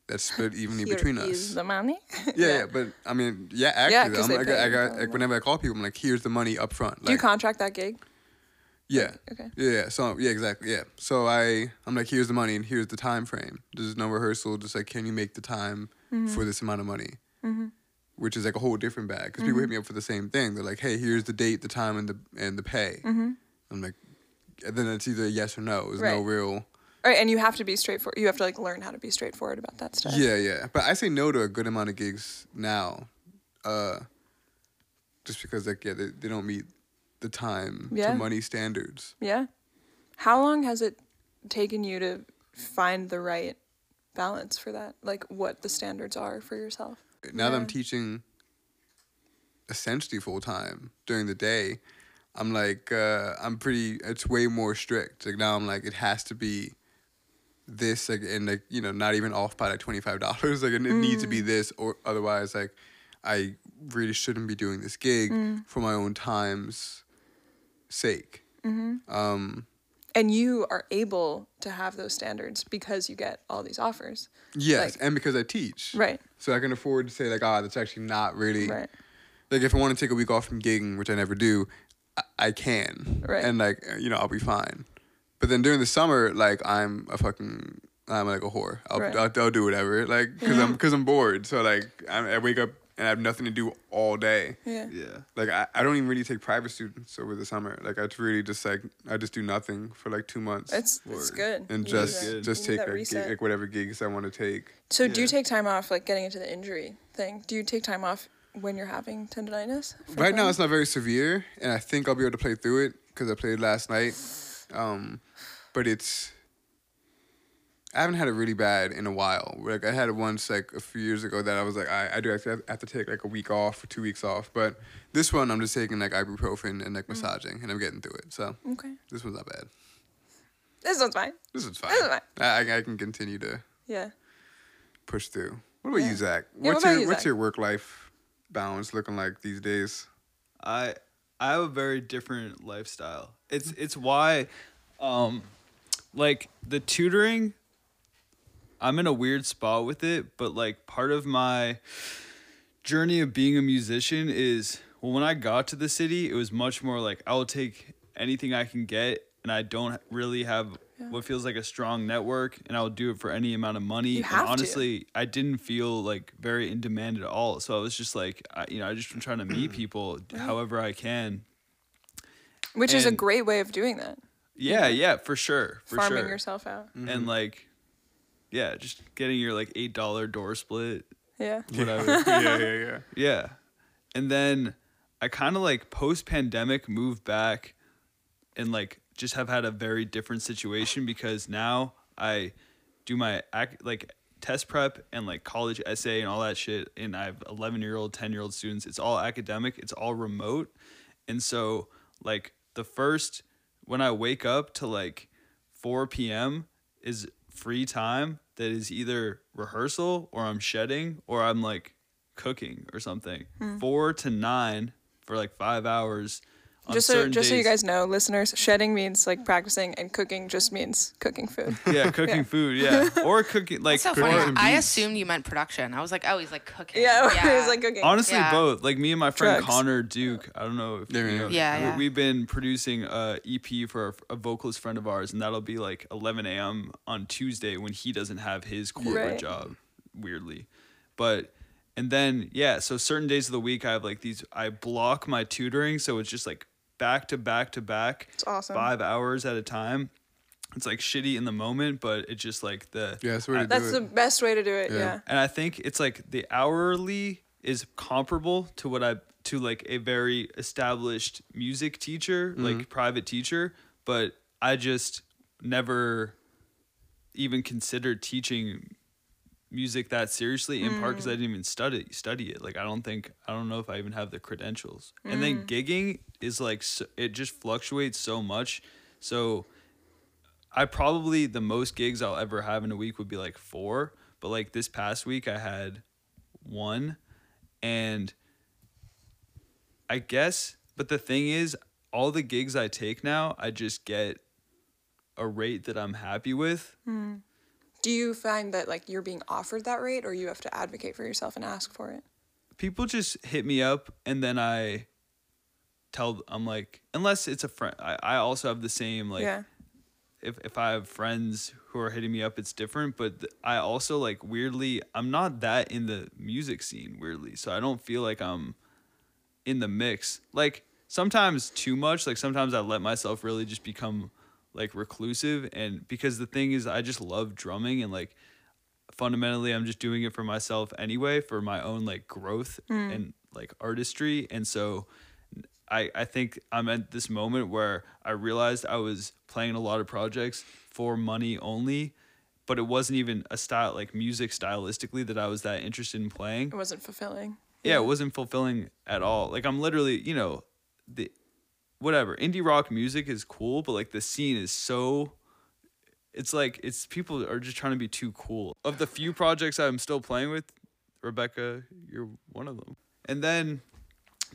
Speaker 2: that's split evenly
Speaker 1: Here
Speaker 2: between
Speaker 1: is
Speaker 2: us.
Speaker 1: the money
Speaker 2: yeah, yeah, but I mean, yeah,
Speaker 1: Yeah,
Speaker 2: actually,
Speaker 1: 'cause
Speaker 2: I'm
Speaker 1: they
Speaker 2: like,
Speaker 1: pay
Speaker 2: I
Speaker 1: you
Speaker 2: got
Speaker 1: for
Speaker 2: like whenever I call people, I'm like, here's the money up front. Like,
Speaker 1: do you contract that gig
Speaker 2: yeah,
Speaker 1: okay.
Speaker 2: yeah, yeah. So yeah, exactly, yeah. So I, I'm like, here's the money and here's the time frame. There's no rehearsal. Just like, can you make the time
Speaker 1: Mm-hmm.
Speaker 2: for this amount of money? Which is like a whole different bag because
Speaker 1: Mm-hmm.
Speaker 2: people hit me up for the same thing. They're like, hey, here's the date, the time, and the and the pay.
Speaker 1: Mm-hmm.
Speaker 2: I'm like, and then it's either yes or no. There's no
Speaker 1: Right.
Speaker 2: real.
Speaker 1: All right, and you have to be straightforward. You have to like learn how to be straightforward about that stuff.
Speaker 2: Yeah, yeah. But I say no to a good amount of gigs now, uh, just because like yeah, they, they don't meet the time
Speaker 1: Yeah.
Speaker 2: to money standards.
Speaker 1: Yeah. How long has it taken you to find the right balance for that? Like what the standards are for yourself?
Speaker 2: Now that I'm
Speaker 1: Yeah.
Speaker 2: teaching essentially full time during the day, I'm like uh, I'm pretty. It's way more strict. Like now I'm like it has to be this like and like you know not even off by like twenty five dollars. Like it needs to
Speaker 1: Mm.
Speaker 2: be this or otherwise like I really shouldn't be doing this gig
Speaker 1: Mm.
Speaker 2: for my own time's sake. Um,
Speaker 1: And you are able to have those standards because you get all these offers.
Speaker 2: yes,
Speaker 1: Like-
Speaker 2: and because I teach,
Speaker 1: Right.
Speaker 2: So I can afford to say like, ah, that's actually not really
Speaker 1: Right.
Speaker 2: like if I want to take a week off from gigging, which I never do, I, I can,
Speaker 1: Right.
Speaker 2: and like uh, you know I'll be fine. But then during the summer, like I'm a fucking I'm like a whore. I'll
Speaker 1: Right.
Speaker 2: I'll, I'll do whatever, like because I'm because I'm bored. So like I'm, I wake up and I have nothing to do all day.
Speaker 1: Yeah.
Speaker 4: Yeah.
Speaker 2: Like I, I don't even really take private students over the summer. Like I really just like I just do nothing for like two months.
Speaker 1: It's it's
Speaker 4: Word.
Speaker 1: good. You
Speaker 2: and
Speaker 1: need
Speaker 2: just
Speaker 1: that.
Speaker 2: just
Speaker 1: You need
Speaker 2: take
Speaker 1: that
Speaker 2: like, gig,
Speaker 1: reset.
Speaker 2: like whatever gigs I want to take.
Speaker 1: So do you
Speaker 4: Yeah.
Speaker 1: take time off like getting into the injury thing? Do you take time off when you're having tendonitis?
Speaker 2: Right now, it's not very severe, and I think I'll be able to play through it because I played last night. Um, but it's I haven't had it really bad in a while. Like I had it once, like a few years ago, that I was like, I, I do actually have- have to take like a week off or two weeks off. But this one, I'm just taking like ibuprofen and like
Speaker 1: Mm.
Speaker 2: massaging, and I'm getting through it. So
Speaker 1: Okay.
Speaker 2: this one's not bad.
Speaker 1: This one's fine.
Speaker 2: This is fine.
Speaker 1: This is fine.
Speaker 2: I, I can continue to
Speaker 1: Yeah.
Speaker 2: push through. What about you, Zach?
Speaker 1: Yeah, what
Speaker 2: what's
Speaker 1: about
Speaker 2: your
Speaker 1: you,
Speaker 2: what's
Speaker 1: Zach?
Speaker 2: your work life balance looking like these days?
Speaker 4: I I have a very different lifestyle. It's it's why um like the tutoring I'm in a weird spot with it, but like part of my journey of being a musician is well when I got to the city, it was much more like I'll take anything I can get and I don't really have what feels like a strong network and I'll do it for any amount of money.
Speaker 1: You have
Speaker 4: and
Speaker 1: to.
Speaker 4: honestly, I didn't feel like very in demand at all. So I was just like, I, you know, I just been trying to meet people however I can.
Speaker 1: Which is a
Speaker 4: And-
Speaker 1: great way of doing that.
Speaker 4: Yeah, yeah, for sure, for
Speaker 1: farming
Speaker 4: sure. Mm.
Speaker 1: yourself out.
Speaker 4: And like, yeah, just getting your like eight dollar door split,
Speaker 1: Yeah.
Speaker 4: whatever.
Speaker 2: yeah, yeah, yeah.
Speaker 4: yeah, and then I kind of like post pandemic moved back, and like just have had a very different situation because now I do my ac- like test prep and like college essay and all that shit and i have 11 year old 10 year old students it's all academic it's all remote and so like the first when i wake up to like 4 p.m is free time that is either rehearsal or i'm shedding or i'm like cooking or something
Speaker 1: Hmm.
Speaker 4: 4 to 9 for like five hours on
Speaker 1: Just so
Speaker 4: certain
Speaker 1: just so you
Speaker 4: days.
Speaker 1: guys know, listeners, shedding means like practicing and cooking just means cooking food.
Speaker 4: yeah cooking food yeah or cooking like
Speaker 3: That's so
Speaker 4: cooking
Speaker 3: funny.
Speaker 2: and
Speaker 3: I
Speaker 2: beans.
Speaker 3: assumed you meant production. I was like, oh, he's like cooking.
Speaker 1: yeah, it was like cooking.
Speaker 4: Honestly,
Speaker 3: Yeah.
Speaker 4: both. Like me and my friend
Speaker 1: Drugs.
Speaker 4: Connor Duke. I don't know if
Speaker 2: Yeah,
Speaker 4: you
Speaker 2: yeah,
Speaker 4: know,
Speaker 3: yeah.
Speaker 4: we-
Speaker 3: Yeah, yeah.
Speaker 4: we've been producing a EP for a, a vocalist friend of ours, and that'll be like 11 a.m. on Tuesday when he doesn't have his corporate
Speaker 1: Right.
Speaker 4: job. Weirdly, but and then yeah, so certain days of the week I have like these. I block my tutoring, so it's just like back to back to back. It's
Speaker 1: awesome.
Speaker 4: Five hours at a time. It's like shitty in the moment, but it's just like the
Speaker 2: Yeah, that's the way to
Speaker 1: That's
Speaker 2: do
Speaker 1: the
Speaker 2: it.
Speaker 1: best way to do it. Yeah.
Speaker 4: and I think it's like the hourly is comparable to what I to like a very established music teacher, like private teacher, but I just never even considered teaching music that seriously in part because I didn't even study study it. Like I don't think I don't know if I even have the credentials. And then gigging is like so, it just fluctuates so much. So I probably the most gigs I'll ever have in a week would be like four, but like this past week I had one, and I guess. But the thing is, all the gigs I take now, I just get a rate that I'm happy with.
Speaker 1: Do you find that like you're being offered that rate or you have to advocate for yourself and ask for it?
Speaker 4: People just hit me up, and then I tell I'm like, unless it's a friend. I, I also have the same like.
Speaker 1: yeah.
Speaker 4: if, if I have friends who are hitting me up, it's different. But th- I also like weirdly, I'm not that in the music scene weirdly, so I don't feel like I'm in the mix. Like sometimes too much. Like sometimes I let myself really just become like reclusive, and because the thing is, I just love drumming and like fundamentally I'm just doing it for myself anyway, for my own like growth and like artistry. And so I, I think I'm at this moment where I realized I was playing a lot of projects for money only, but it wasn't even a style like music stylistically that I was that interested in playing
Speaker 1: It wasn't fulfilling.
Speaker 4: yeah, it wasn't fulfilling at all. Like I'm literally, you know, the whatever indie rock music is cool, but like the scene is so. It's like it's people are just trying to be too cool. Of the few projects I'm still playing with, Rebecca, you're one of them. And then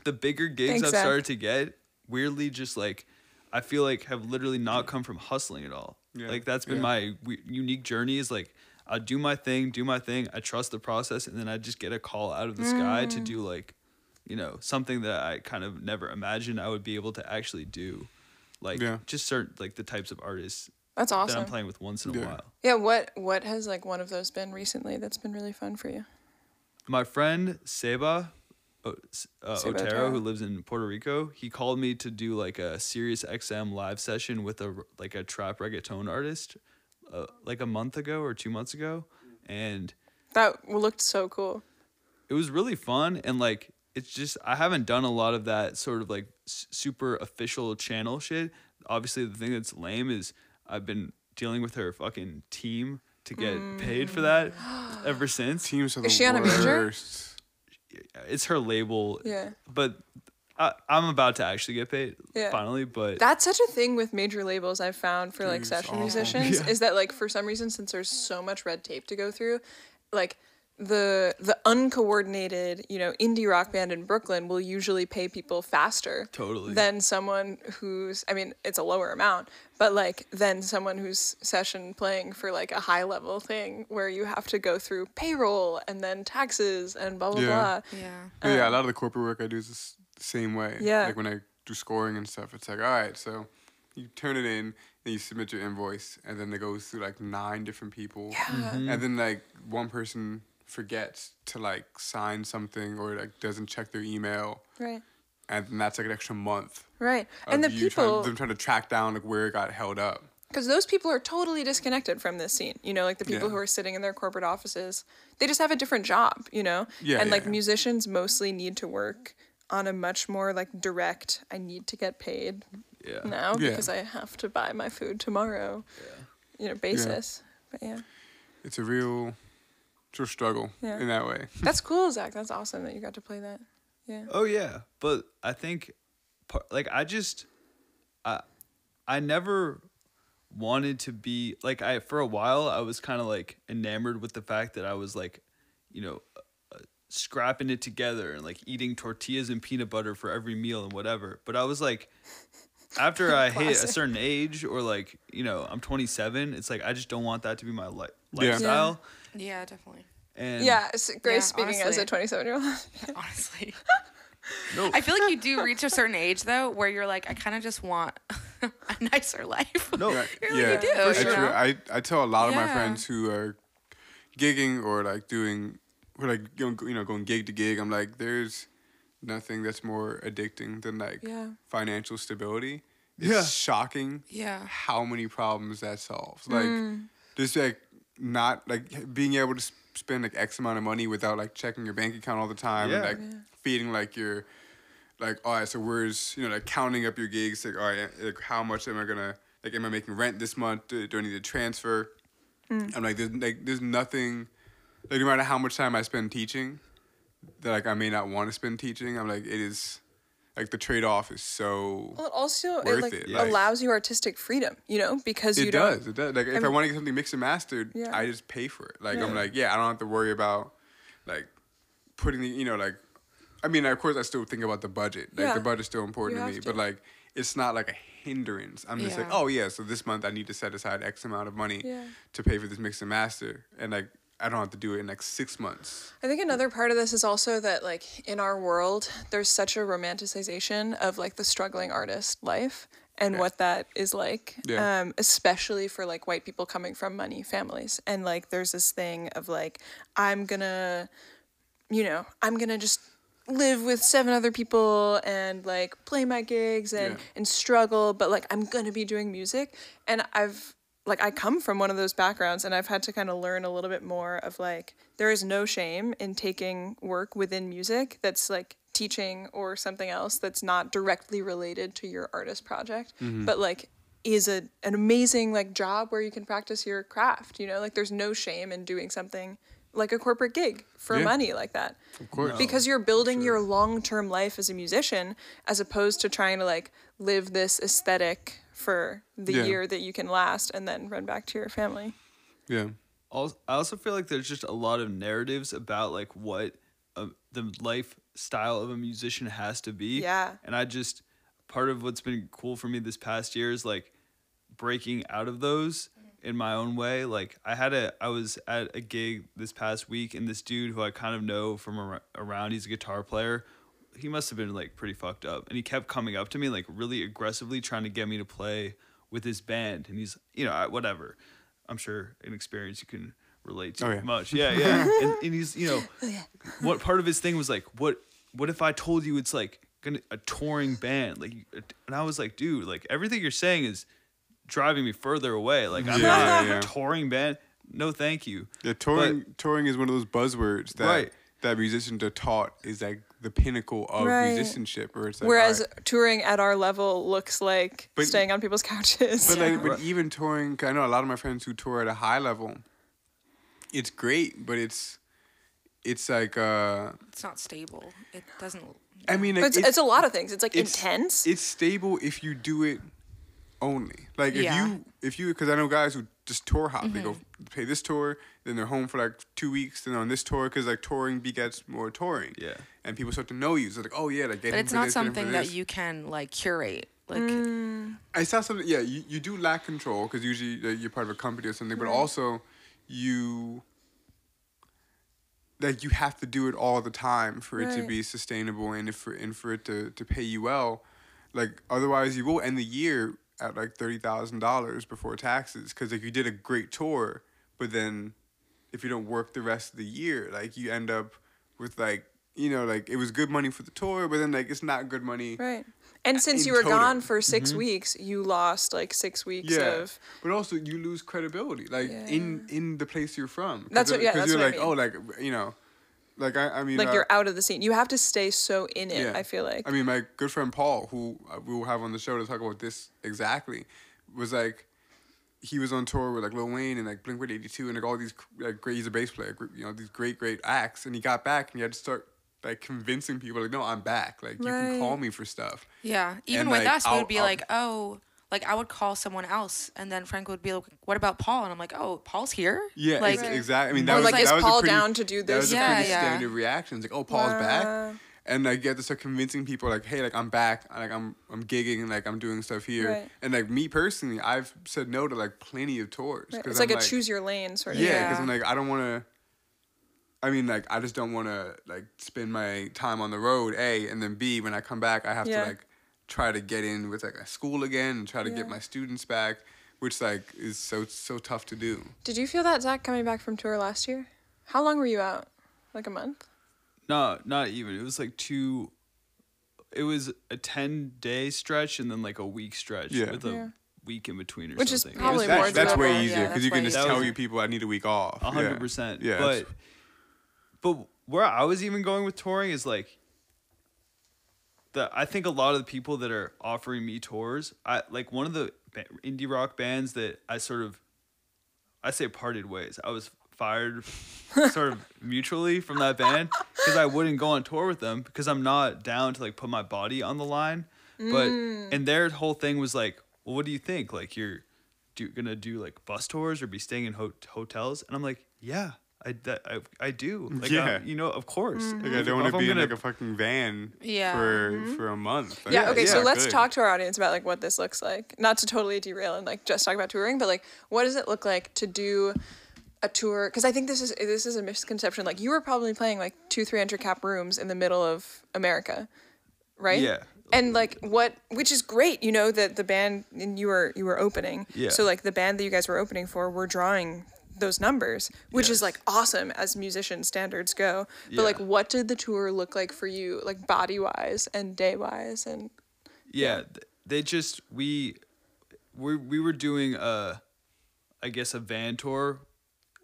Speaker 4: the bigger gigs
Speaker 1: Thanks,
Speaker 4: I've
Speaker 1: Zach.
Speaker 4: started to get, weirdly, just like I feel like have literally not come from hustling at all.
Speaker 2: Yeah.
Speaker 4: Like that's been
Speaker 2: Yeah.
Speaker 4: my we- unique journey is like I do my thing, do my thing. I trust the process, and then I just get a call out of the sky to do like, you know, something that I kind of never imagined I would be able to actually do. Like
Speaker 2: Yeah.
Speaker 4: just certain like the types of artists
Speaker 1: That's
Speaker 4: that
Speaker 1: awesome.
Speaker 4: I'm playing with once in a
Speaker 2: Yeah.
Speaker 4: while.
Speaker 1: Yeah, what what has like one of those been recently that's been really fun for you?
Speaker 4: my friend Seba O- S- uh,
Speaker 1: Seba
Speaker 4: Otero,
Speaker 1: Otero.
Speaker 4: who lives in Puerto Rico, he called me to do like a Sirius XM live session with a r- like a trap reggaeton artist, uh, like a month ago or two months ago, and
Speaker 1: That looked so cool.
Speaker 4: it was really fun and like it's just I haven't done a lot of that sort of like s- super official channel shit. Obviously, the thing that's lame is I've been dealing with her fucking team to get paid for that
Speaker 1: Mm.
Speaker 4: ever since.
Speaker 2: Teams are the
Speaker 1: Is she on a major?
Speaker 2: worst.
Speaker 4: it's her label.
Speaker 1: Yeah.
Speaker 4: But I, I'm about to actually get paid
Speaker 1: Yeah.
Speaker 4: finally. But
Speaker 1: That's such a thing with major labels I've found for like
Speaker 2: Dude, it's
Speaker 1: session
Speaker 2: awful.
Speaker 1: musicians is that like for some reason since there's so much red tape to go through, like the the uncoordinated, you know, indie rock band in Brooklyn will usually pay people faster
Speaker 4: Totally.
Speaker 1: than someone who's I mean, it's a lower amount, but like than someone who's session playing for like a high level thing where you have to go through payroll and then taxes and blah blah
Speaker 2: Yeah.
Speaker 1: blah.
Speaker 3: Yeah.
Speaker 2: But yeah, a lot of the corporate work I do is the s- same way.
Speaker 1: Oh. Yeah.
Speaker 2: Like when I do scoring and stuff, it's like, all right, so you turn it in and you submit your invoice, and then it goes through like nine different people.
Speaker 1: Yeah. Mm-hmm.
Speaker 2: And then like one person forgets to like sign something or like doesn't check their email,
Speaker 1: Right. and
Speaker 2: and then that's like an extra month.
Speaker 1: Right.
Speaker 2: of
Speaker 1: And the
Speaker 2: you trying-
Speaker 1: people
Speaker 2: them trying to track down like where it got held up.
Speaker 1: because those people are totally disconnected from this scene you know like the people
Speaker 2: Yeah.
Speaker 1: who are sitting in their corporate offices they just have a different job you know
Speaker 2: Yeah,
Speaker 1: and
Speaker 2: yeah,
Speaker 1: like
Speaker 2: yeah.
Speaker 1: musicians mostly need to work on a much more like direct i need to get paid
Speaker 4: Yeah.
Speaker 1: now
Speaker 2: Yeah.
Speaker 1: because i have to buy my food tomorrow you know basis but yeah
Speaker 2: It's a real, it's a real struggle
Speaker 1: Yeah.
Speaker 2: in that way.
Speaker 1: that's cool zach that's awesome that you got to play that
Speaker 2: Mm.
Speaker 1: yeah
Speaker 4: Oh yeah, but I think, par- like, I just, I, I never wanted to be like I for a while I was kind of like enamored with the fact that I was like, you know, uh, uh, scrapping it together and like eating tortillas and peanut butter for every meal and whatever. But I was like, after I hit a
Speaker 1: Classic.
Speaker 4: certain age or like you know I'm 27, it's like I just don't want that to be my li- lifestyle.
Speaker 3: Yeah, definitely.
Speaker 4: And
Speaker 1: yeah s- grace
Speaker 3: Yeah,
Speaker 1: speaking as
Speaker 3: honestly.
Speaker 1: a 27 year old
Speaker 3: Honestly.
Speaker 4: no,
Speaker 3: I feel like you do reach a certain age though where you're like, I kind of just want a nicer life.
Speaker 4: no,
Speaker 3: really
Speaker 2: yeah,
Speaker 3: do,
Speaker 2: that's
Speaker 3: you
Speaker 2: true.
Speaker 3: know?
Speaker 2: I, I tell a lot of my
Speaker 3: Yeah.
Speaker 2: friends who are gigging or like doing, or like you know, you know, going gig to gig. I'm like, there's nothing that's more addicting than like
Speaker 1: Yeah.
Speaker 2: financial stability. It's
Speaker 4: Yeah.
Speaker 2: shocking
Speaker 3: Yeah.
Speaker 2: how many problems that solves. Like just like not like being able to sp- spend like X amount of money without like checking your bank account all the time and
Speaker 4: Yeah.
Speaker 2: like feeding like your like all right so where's you know like counting up your gigs like all right eh, like how much am I gonna like am I making rent this month do, do I need to transfer I'm like there's like there's nothing like no matter how much time I spend teaching that like I may not want to spend teaching I'm like it is like the trade off is so
Speaker 1: well it also it
Speaker 2: Worth
Speaker 1: like
Speaker 2: it, like-
Speaker 1: allows you artistic freedom you know because you
Speaker 2: It
Speaker 1: don't
Speaker 2: does. It does. Like if I
Speaker 1: mean-
Speaker 2: want to get something mixed and mastered,
Speaker 1: Yeah.
Speaker 2: I just pay for it. Like
Speaker 1: Yeah.
Speaker 2: I'm like, yeah, I don't have to worry about like putting the you know like I mean, of course, I still think about the budget. Like
Speaker 1: Yeah.
Speaker 2: the budget's still important
Speaker 1: You
Speaker 2: to
Speaker 1: have
Speaker 2: me,
Speaker 1: to.
Speaker 2: but like it's not like a hindrance. I'm just like,
Speaker 3: Yeah.
Speaker 2: oh yeah, so this month I need to set aside X amount of money
Speaker 1: Yeah.
Speaker 2: to pay for this mix and master, and like I don't have to do it in like six months.
Speaker 1: I think another part of this is also that like in our world there's such a romanticization of like the struggling artist life and what that is like
Speaker 2: Yeah.
Speaker 1: um especially for like white people coming from money families and like there's this thing of like I'm going to you know, I'm gonna just live with seven other people and like play my gigs and
Speaker 2: Yeah.
Speaker 1: and struggle, but like I'm gonna be doing music. And I've like I come from one of those backgrounds and I've had to kind of learn a little bit more of like there is no shame in taking work within music that's like teaching or something else that's not directly related to your artist project, but like is a, an amazing like job where you can practice your craft, you know? Like there's no shame in doing something like a corporate gig for
Speaker 2: Yeah.
Speaker 1: money like that
Speaker 2: Of course.
Speaker 1: because you're building your long-term life as a musician as opposed to trying to like live this aesthetic for the
Speaker 2: Yeah.
Speaker 1: year that you can last and then run back to your family
Speaker 2: Yeah.
Speaker 4: also, I also feel like there's just a lot of narratives about like what uh, the lifestyle of a musician has to be.
Speaker 1: Yeah.
Speaker 4: And I just part of what's been cool for me this past year is like breaking out of those in my own way. Like I had a I was at a gig this past week and this dude who I kind of know from ar- around, he's a guitar player. He must have been like pretty fucked up and he kept coming up to me like really aggressively trying to get me to play with his band and he's you know I- whatever. I'm sure an experience you can relate to
Speaker 2: Oh, yeah.
Speaker 4: much. Yeah, yeah. and, and he's you know what part of his thing was like what what if i told you it's like gonna a touring band like and i was like dude like everything you're saying is driving me further away like i'm
Speaker 2: Yeah,
Speaker 4: not
Speaker 2: yeah.
Speaker 4: a touring band no thank you
Speaker 2: Yeah, touring touring is one of those buzzwords that
Speaker 4: Right.
Speaker 2: that musicians are taught is like the pinnacle of
Speaker 1: Right.
Speaker 2: musicianship, or it's like all
Speaker 1: whereas
Speaker 2: right.
Speaker 1: touring at our level looks like
Speaker 2: But-
Speaker 1: staying on people's couches
Speaker 2: But like, but
Speaker 4: Right.
Speaker 2: even touring, 'cause I know a lot of my friends who tour at a high level. It's great, but it's, it's like, uh,
Speaker 3: It's not stable. It doesn't
Speaker 2: I mean,
Speaker 1: But
Speaker 2: like,
Speaker 1: it's, it's a lot of things it's like
Speaker 2: it's-
Speaker 1: intense
Speaker 2: It's stable if you do it only. Like if
Speaker 3: Yeah. Mm-hmm.
Speaker 2: you if you because I know guys who just tour hop. They go pay this tour, then they're home for like two weeks, then on this tour because like touring begets more touring.
Speaker 4: Yeah.
Speaker 2: and people start to know you. So like, oh yeah, like get
Speaker 3: But
Speaker 2: him
Speaker 3: it's
Speaker 2: for
Speaker 3: not
Speaker 2: this, get him for
Speaker 3: something that
Speaker 2: this.
Speaker 3: you can like curate. Like
Speaker 1: Mm.
Speaker 2: I saw something. Yeah, you, you do lack control because usually uh, you're part of a company or something, but also you like you have to do it all the time for it to
Speaker 1: Right.
Speaker 2: be sustainable and if for and for it to, to pay you well. Like otherwise, you will end the year at like thirty thousand dollars before taxes because like you did a great tour, but then if you don't work the rest of the year, like you end up with like you know like it was good money for the tour, but then like it's not good money.
Speaker 1: Right. And since
Speaker 2: in
Speaker 1: you were
Speaker 2: total.
Speaker 1: gone for 6 weeks, you lost like six weeks of.
Speaker 2: but also you lose credibility, like in in the place you're from. 'Cause
Speaker 1: That's what-
Speaker 2: you're-
Speaker 1: yeah,
Speaker 2: 'cause
Speaker 1: that's
Speaker 2: you're
Speaker 1: what
Speaker 2: like,
Speaker 1: I
Speaker 2: oh, like you know, like I, I mean,
Speaker 1: Like
Speaker 2: uh,
Speaker 1: you're out of the scene. You have to stay so in it. I feel like.
Speaker 2: I mean, my good friend Paul, who uh, we will have on the show to talk about this exactly, was like, he was on tour with like Lil Wayne and like Blink One Eighty Two and like all these like great. He's a bass player, gr- you know, these great great acts, and he got back and he had to start like convincing people like, no, I'm back. Like you can
Speaker 1: Right.
Speaker 2: call me for stuff.
Speaker 3: yeah, even
Speaker 2: And,
Speaker 3: with
Speaker 2: like,
Speaker 3: us, we
Speaker 2: I'll-
Speaker 3: would be
Speaker 2: I'll-
Speaker 3: like, oh, like I would call someone else, and then Frank would be like, what about Paul? And I'm like, oh, Paul's here.
Speaker 2: Yeah,
Speaker 3: like
Speaker 2: exactly. I mean, that
Speaker 1: Or
Speaker 2: was
Speaker 1: like,
Speaker 2: that
Speaker 1: is
Speaker 2: was
Speaker 1: Paul
Speaker 2: a pretty,
Speaker 1: down to do
Speaker 2: That was
Speaker 1: this? Uh.
Speaker 2: a
Speaker 3: Yeah,
Speaker 2: pretty
Speaker 3: yeah.
Speaker 2: standard reaction. It's like, oh, Paul's
Speaker 1: Wow.
Speaker 2: back, and like you have to start convincing people, like, hey, like I'm back, like I'm I'm gigging, and, like I'm doing stuff here,
Speaker 1: Right.
Speaker 2: and like me personally, I've said no to like plenty of tours.
Speaker 1: Right.
Speaker 2: 'cause
Speaker 1: It's like,
Speaker 2: I'm,
Speaker 1: a choose your lane sort of.
Speaker 2: Yeah,
Speaker 1: thing.
Speaker 2: because
Speaker 3: Yeah.
Speaker 2: I'm like, I don't want to. I mean, like, I just don't want to like spend my time on the road. A and then B, when I come back, I have
Speaker 1: Yeah.
Speaker 2: to like try to get in with like a school again and try to get
Speaker 1: Yeah.
Speaker 2: my students back, which like is so so tough to do.
Speaker 1: Did you feel that Zach coming back from tour last year? How long were you out? Like a month.
Speaker 4: No, not even. It was like two. It was a ten day stretch and then like a week stretch
Speaker 2: Yeah.
Speaker 4: with a
Speaker 1: Yeah.
Speaker 4: week in between or
Speaker 1: Which is
Speaker 4: something. It was
Speaker 1: probably
Speaker 2: That's-
Speaker 1: more
Speaker 2: that's
Speaker 1: doable,
Speaker 2: way
Speaker 1: yeah,
Speaker 2: easier because
Speaker 1: that's
Speaker 2: you can
Speaker 1: way
Speaker 2: just
Speaker 4: easier.
Speaker 2: tell
Speaker 4: That
Speaker 2: you people I need a week off.
Speaker 4: A
Speaker 2: Yeah.
Speaker 4: hundred percent.
Speaker 2: Yeah.
Speaker 4: But but where I was even going with touring is like the I think a lot of the people that are offering me tours, I like one of the ba- indie rock bands that I sort of I say parted ways. I was fired sort of mutually from that band because I wouldn't go on tour with them because I'm not down to like put my body on the line. But and their whole thing was like, well, what do you think? Like you're do, gonna do like bus tours or be staying in ho- hotels? And I'm like, yeah, I that, I, I do. Like,
Speaker 2: Yeah.
Speaker 4: yeah, you know, of course.
Speaker 2: Like, I
Speaker 4: If-
Speaker 2: don't
Speaker 4: if
Speaker 2: want to
Speaker 4: I'm
Speaker 2: be in
Speaker 4: gonna-
Speaker 2: like a fucking van
Speaker 3: Yeah. Mm-hmm.
Speaker 2: for for a month. Like,
Speaker 1: Yeah,
Speaker 2: that's
Speaker 1: okay, so
Speaker 2: not
Speaker 1: let's
Speaker 2: good.
Speaker 1: talk to our audience about like what this looks like. Not to totally derail and like just talk about touring, but like what does it look like to do a tour? Because I think this is this is a misconception. Like you were probably playing like two, three hundred cap rooms in the middle of America, right?
Speaker 4: Yeah.
Speaker 1: And like what, which is great, you know that the band and you were you were opening.
Speaker 4: Yeah.
Speaker 1: So like the band that you guys were opening for were drawing those numbers, which is
Speaker 4: Yes.
Speaker 1: like awesome as musician standards go. But
Speaker 4: Yeah.
Speaker 1: like what did the tour look like for you, like body wise and day wise and
Speaker 4: yeah, th- they just we we we were doing a I guess a van tour.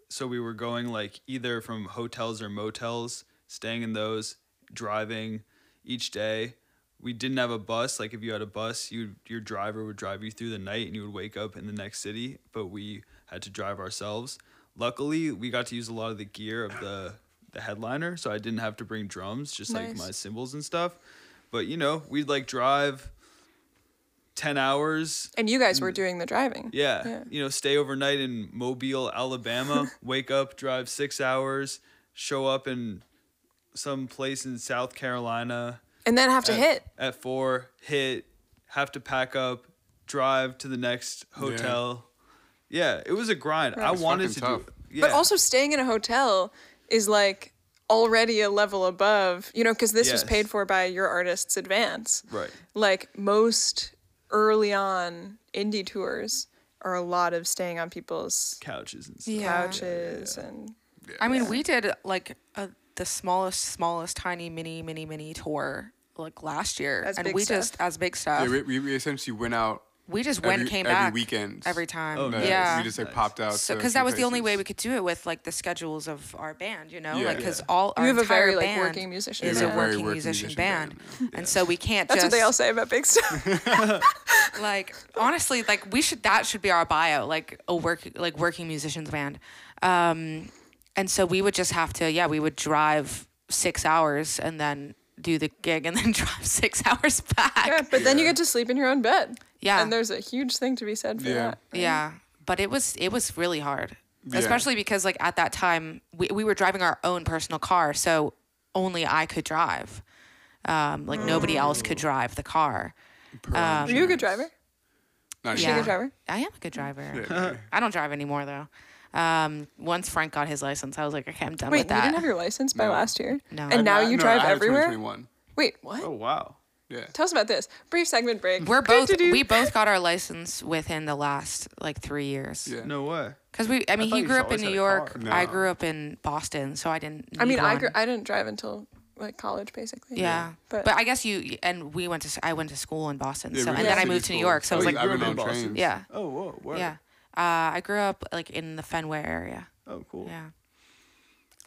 Speaker 4: So we were going like either from hotels or motels, staying in those, driving each day. We didn't have a bus. Like if you had a bus, you your driver would drive you through the night and you would wake up in the next city, but we had to drive ourselves. Luckily, we got to use a lot of the gear of the the headliner, so I didn't have to bring drums, just like
Speaker 1: Nice.
Speaker 4: my cymbals and stuff. But you know, we'd like drive 10 hours
Speaker 1: And you guys were doing the driving.
Speaker 4: Mm. yeah.
Speaker 1: Yeah.
Speaker 4: You know, stay overnight in Mobile, Alabama, wake up, drive six hours, show up in some place in South Carolina
Speaker 1: And then have to
Speaker 4: at,
Speaker 1: hit.
Speaker 4: at four, hit, have to pack up, drive to the next hotel. Yeah, it was a grind. I
Speaker 1: It's
Speaker 4: wanted to
Speaker 2: fucking
Speaker 4: do
Speaker 2: tough.
Speaker 4: yeah.
Speaker 1: But also staying in a hotel is like already a level above, you know, because this was
Speaker 4: Yes.
Speaker 1: paid for by your artist's advance.
Speaker 4: Right.
Speaker 1: Like most early on indie tours are a lot of staying on people's
Speaker 4: couches and stuff.
Speaker 3: Yeah.
Speaker 1: couches and
Speaker 3: I mean, we did like a, the smallest, smallest, tiny, mini, mini, mini tour like last year,
Speaker 1: As
Speaker 3: and
Speaker 1: Big
Speaker 3: we
Speaker 1: Stuff.
Speaker 3: just as big stuff.
Speaker 2: Yeah,
Speaker 3: we,
Speaker 2: we, we, we essentially went out.
Speaker 3: just went,
Speaker 2: every-
Speaker 3: came
Speaker 2: every
Speaker 3: back
Speaker 2: weekend.
Speaker 3: every time.
Speaker 4: Oh, nice.
Speaker 3: Yeah,
Speaker 2: We just like popped out.
Speaker 3: so
Speaker 2: to a
Speaker 3: because
Speaker 2: few
Speaker 3: that was the only way
Speaker 2: places.
Speaker 3: we could do it with like the schedules of our band, you know,
Speaker 2: Yeah.
Speaker 3: like because all our
Speaker 1: You have a
Speaker 3: entire
Speaker 1: very, like,
Speaker 3: band
Speaker 1: working musician
Speaker 3: is
Speaker 1: band.
Speaker 3: a
Speaker 1: Very
Speaker 3: working,
Speaker 2: working
Speaker 3: musician,
Speaker 2: musician
Speaker 3: band, and so we can't
Speaker 1: that's
Speaker 3: just
Speaker 1: what they all say about big stuff.
Speaker 3: like honestly like we should that should be our bio like a work like working musicians band um and so we would just have to yeah we would drive six hours and then do the gig and then drive six hours back
Speaker 1: yeah, but then you get to sleep in your own bed.
Speaker 3: yeah, Yeah.
Speaker 1: And there's a huge thing to be said for
Speaker 2: Yeah.
Speaker 1: that.
Speaker 3: Yeah, but it was it was really hard,
Speaker 2: Yeah.
Speaker 3: especially because like at that time we we were driving our own personal car, so only I could drive. Um, like nobody else could drive the car.
Speaker 1: Are you a good driver?
Speaker 2: Not
Speaker 1: she a
Speaker 3: um, yeah.
Speaker 1: good driver?
Speaker 3: I am a good driver.
Speaker 2: Yeah.
Speaker 3: I don't drive anymore though. Um, once Frank got his license, I was like, okay, I'm done
Speaker 1: Wait,
Speaker 3: with
Speaker 1: you
Speaker 3: that.
Speaker 1: didn't have your license by
Speaker 2: No.
Speaker 1: last year?
Speaker 3: No.
Speaker 1: And
Speaker 3: I'm
Speaker 1: now
Speaker 2: No,
Speaker 1: you
Speaker 2: no,
Speaker 1: drive
Speaker 2: out of
Speaker 1: everywhere?
Speaker 2: 2021.
Speaker 1: Wait, what?
Speaker 4: Oh wow.
Speaker 2: Yeah.
Speaker 1: Tell us about this. Brief segment break.
Speaker 3: we're both
Speaker 1: Do-do-do.
Speaker 3: we both got our license within the last like three years.
Speaker 2: Yeah.
Speaker 4: No way.
Speaker 3: Cause we, I mean,
Speaker 4: thought
Speaker 3: he
Speaker 4: you
Speaker 3: grew
Speaker 4: just
Speaker 3: up
Speaker 4: always
Speaker 3: in New
Speaker 4: had a
Speaker 3: York.
Speaker 2: car.
Speaker 3: I
Speaker 2: No.
Speaker 3: grew up in Boston, so I didn't.
Speaker 1: I mean,
Speaker 3: need
Speaker 1: I
Speaker 3: one.
Speaker 1: gr- I didn't drive until like college basically.
Speaker 3: Yeah.
Speaker 1: But,
Speaker 3: But, I guess you and we went to s- I went to school in Boston,
Speaker 2: Yeah,
Speaker 3: so
Speaker 2: we
Speaker 3: and
Speaker 2: did
Speaker 3: then I
Speaker 2: city
Speaker 3: moved to New
Speaker 2: school.
Speaker 3: York, so I
Speaker 2: Oh,
Speaker 3: was
Speaker 2: you
Speaker 3: like,
Speaker 4: I've
Speaker 2: grew up
Speaker 4: been
Speaker 2: in
Speaker 4: on
Speaker 2: Boston.
Speaker 4: trains.
Speaker 3: Yeah.
Speaker 4: Oh whoa. Word.
Speaker 3: yeah. Uh, I grew up like in the Fenway area.
Speaker 4: Oh cool.
Speaker 3: Yeah.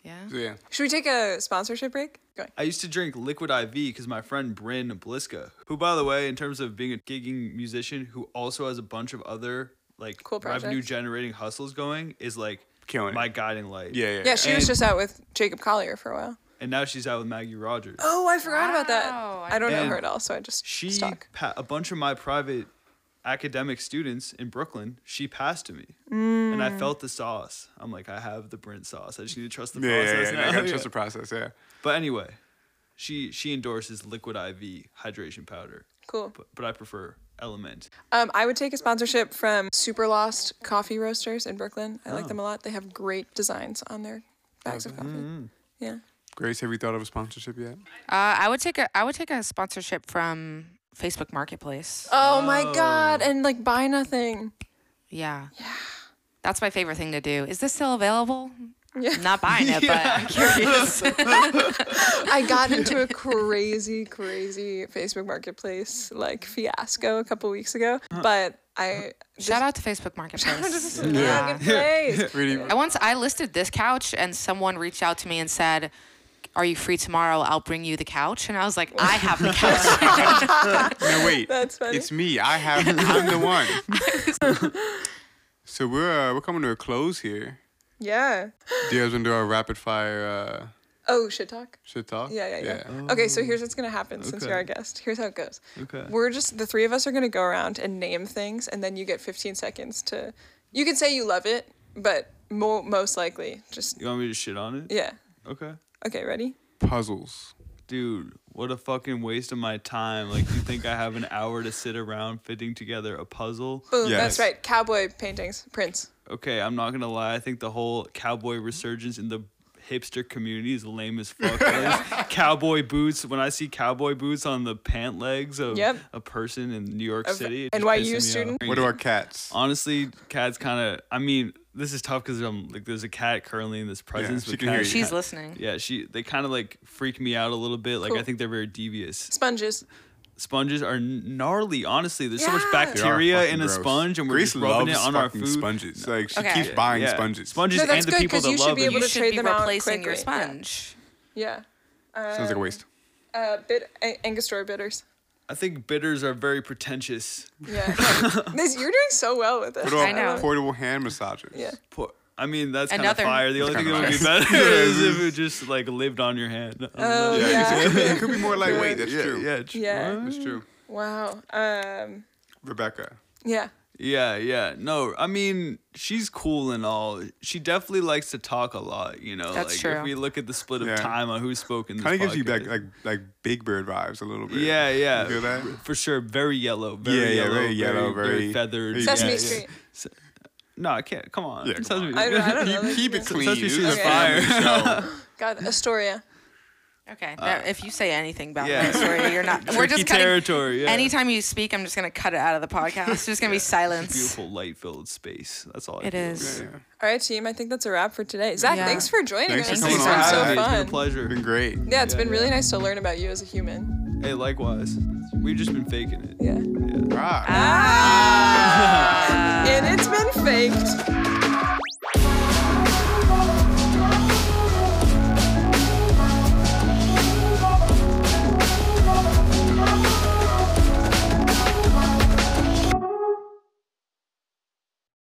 Speaker 3: Yeah.
Speaker 2: So, yeah.
Speaker 1: should we take a sponsorship break? Go ahead.
Speaker 4: I used to drink Liquid IV because my friend Bryn Bliska, who, by the way, in terms of being a gigging musician who also has a bunch of other like
Speaker 1: Cool projects.
Speaker 4: revenue generating hustles going, is like
Speaker 2: Killing it.
Speaker 4: my guiding light.
Speaker 2: Yeah. Yeah.
Speaker 1: Yeah, she was
Speaker 4: And-
Speaker 1: just out with Jacob Collier for a while.
Speaker 4: And now she's out with Maggie Rogers.
Speaker 1: Oh, I forgot about that.
Speaker 3: Wow, I
Speaker 1: I don't know
Speaker 4: didn't-
Speaker 1: her at all, so I just
Speaker 4: she
Speaker 1: stuck.
Speaker 4: pa- a bunch of my private academic students in Brooklyn. She passed to me,
Speaker 1: Mm.
Speaker 4: and I felt the sauce. I'm like, I have the Brent sauce. I just need to trust the
Speaker 2: Yeah, yeah,
Speaker 4: process
Speaker 2: yeah, I
Speaker 4: now.
Speaker 2: gotta
Speaker 4: Yeah.
Speaker 2: trust the process. Yeah,
Speaker 4: But anyway, she she endorses Liquid IV hydration powder,
Speaker 1: Cool.
Speaker 4: but, but I prefer Element.
Speaker 1: Um, I would take a sponsorship from Super Lost Coffee Roasters in Brooklyn. I like them a lot. They have great designs on their bags of coffee. Yeah.
Speaker 2: Grace, have you thought of a sponsorship yet?
Speaker 3: Uh, I would take a I would take a sponsorship from Facebook Marketplace.
Speaker 1: Oh, my god! And like buy nothing.
Speaker 3: Yeah. Yeah. That's my favorite thing to do. Is this still available?
Speaker 1: Yeah.
Speaker 3: I'm not buying it, but I'm curious.
Speaker 1: I got into a crazy, crazy Facebook Marketplace like fiasco a couple weeks ago, but I
Speaker 3: Shout out to Facebook Marketplace.
Speaker 1: yeah. good place.
Speaker 2: Really?
Speaker 3: I once I listed this couch and someone reached out to me and said, "Are you free tomorrow? I'll bring you the couch." And I was like, "I have the couch."
Speaker 2: No, wait.
Speaker 1: That's funny.
Speaker 2: It's me. I have. I'm the one. so we're uh, we're coming to a close here.
Speaker 1: Yeah.
Speaker 2: Do you guys want to do our rapid fire uh,
Speaker 1: Oh, shit talk.
Speaker 2: shit talk?
Speaker 1: Yeah, yeah, yeah. Okay, so here's what's gonna happen since you're
Speaker 4: Okay.
Speaker 1: our guest. Here's how it goes.
Speaker 4: Okay.
Speaker 1: We're just the three of us are gonna go around and name things, and then you get 15 seconds to. You can say you love it, but mo- most likely just
Speaker 4: You want me to shit on it?
Speaker 1: yeah.
Speaker 4: Okay.
Speaker 1: Okay, ready?
Speaker 2: Puzzles.
Speaker 4: Dude, what a fucking waste of my time. Like, you think I have an hour to sit around fitting together a puzzle?
Speaker 1: Boom. That's
Speaker 2: Yes.
Speaker 1: right. Cowboy paintings, prints.
Speaker 4: Okay, I'm not gonna lie. I think the whole cowboy resurgence in the hipster community is lame as fuck. Like, cowboy boots. When I see cowboy boots on the pant legs of
Speaker 1: Yep.
Speaker 4: a person in New York
Speaker 1: Of
Speaker 4: City, it just
Speaker 1: NYU
Speaker 4: pisses me off.
Speaker 1: student.
Speaker 2: What are our cats?
Speaker 4: Honestly, cat's kind of. I mean, this is tough because I'm like, there's a cat currently in this presence.
Speaker 2: she
Speaker 4: but
Speaker 2: can hear
Speaker 4: cats-
Speaker 2: you.
Speaker 3: She's listening.
Speaker 4: Yeah, she. They kind of like freak me out a little bit. Like
Speaker 1: Cool.
Speaker 4: I think they're very devious.
Speaker 1: Sponges.
Speaker 4: Sponges are gnarly. Honestly, there's so
Speaker 1: Yeah.
Speaker 4: much
Speaker 1: They are
Speaker 4: bacteria
Speaker 2: fucking
Speaker 4: in a
Speaker 2: gross.
Speaker 4: sponge, and we're
Speaker 2: Grace
Speaker 4: just rubbing it
Speaker 2: loves
Speaker 4: on our
Speaker 2: fucking
Speaker 4: food.
Speaker 2: Sponges. Like she
Speaker 3: Okay.
Speaker 2: keeps
Speaker 3: Yeah,
Speaker 2: buying
Speaker 4: Yeah.
Speaker 2: sponges.
Speaker 4: Sponges
Speaker 1: No, that's
Speaker 4: and the
Speaker 1: good,
Speaker 4: people
Speaker 1: 'cause
Speaker 4: that
Speaker 1: you should
Speaker 4: love
Speaker 1: be
Speaker 4: them.
Speaker 1: able
Speaker 3: You
Speaker 1: to
Speaker 3: should
Speaker 1: trade
Speaker 3: be
Speaker 1: them out
Speaker 3: replacing your
Speaker 1: quickly, yeah.
Speaker 3: sponge.
Speaker 1: Yeah.
Speaker 2: Sounds like a waste.
Speaker 1: Uh, bit a- Angostura bitters.
Speaker 4: I think bitters are very pretentious.
Speaker 1: Yeah. this, you're doing so well with this.
Speaker 2: What about
Speaker 3: I know.
Speaker 2: portable hand massagers?
Speaker 1: Yeah.
Speaker 4: Po- I mean, that's kind of
Speaker 3: Another-
Speaker 4: fire. The only thing that
Speaker 2: kinda
Speaker 4: would be
Speaker 2: fire.
Speaker 4: better is if it just like lived on your hand.
Speaker 1: Oh,
Speaker 2: Yeah,
Speaker 1: yeah.
Speaker 2: It, could be, it could be more lightweight. That's
Speaker 4: yeah,
Speaker 2: true.
Speaker 4: Yeah, tr-
Speaker 1: Yeah.
Speaker 4: what?
Speaker 2: That's true.
Speaker 1: Wow. Um,
Speaker 2: Rebecca.
Speaker 1: yeah.
Speaker 4: yeah, yeah. No, I mean, she's cool and all. She definitely likes to talk a lot. You know,
Speaker 3: That's
Speaker 4: like
Speaker 3: true.
Speaker 4: if we look at the split of
Speaker 2: Yeah.
Speaker 4: time on who's spoken,
Speaker 2: Kind
Speaker 4: kind
Speaker 2: of gives you back like like Big Bird vibes a little bit.
Speaker 4: Yeah, yeah.
Speaker 2: You feel that?
Speaker 4: For sure. Very yellow. Very
Speaker 2: Yeah, yeah,
Speaker 4: yellow,
Speaker 2: very yellow, very-
Speaker 4: feathered.
Speaker 1: Sesame
Speaker 4: yeah, yeah.
Speaker 1: Street.
Speaker 4: Se- No, I can't. Come on.
Speaker 2: Yeah, come
Speaker 4: Sesame-
Speaker 1: I don't, I don't know.
Speaker 2: Keep it clean.
Speaker 4: Sesame
Speaker 2: This
Speaker 4: Street
Speaker 2: is
Speaker 1: is
Speaker 2: a
Speaker 4: fire.
Speaker 2: family show.
Speaker 1: God, Astoria.
Speaker 3: Okay. now, if you say anything about
Speaker 4: yeah.
Speaker 3: that story, you're not. we're
Speaker 4: Tricky
Speaker 3: just cutting,
Speaker 4: territory, yeah.
Speaker 3: Anytime you speak, I'm just gonna cut it out of the podcast. It's just gonna be silence.
Speaker 4: Beautiful light filled space. That's all I
Speaker 3: It
Speaker 4: feel.
Speaker 3: is.
Speaker 1: All right, team. I think that's a wrap for today. Zach,
Speaker 3: Yeah.
Speaker 1: thanks for joining
Speaker 2: Thanks
Speaker 1: us.
Speaker 2: for
Speaker 1: This has
Speaker 2: coming on.
Speaker 1: been so
Speaker 2: Hi,
Speaker 4: it's
Speaker 1: fun.
Speaker 4: been a pleasure.
Speaker 2: It's been great.
Speaker 1: Yeah, it's
Speaker 4: Yeah,
Speaker 1: been really
Speaker 4: yeah.
Speaker 1: nice to learn about you as a human.
Speaker 4: Hey, likewise. We've just been faking it.
Speaker 1: Yeah.
Speaker 2: Rock.
Speaker 1: Ah! And it's been faked.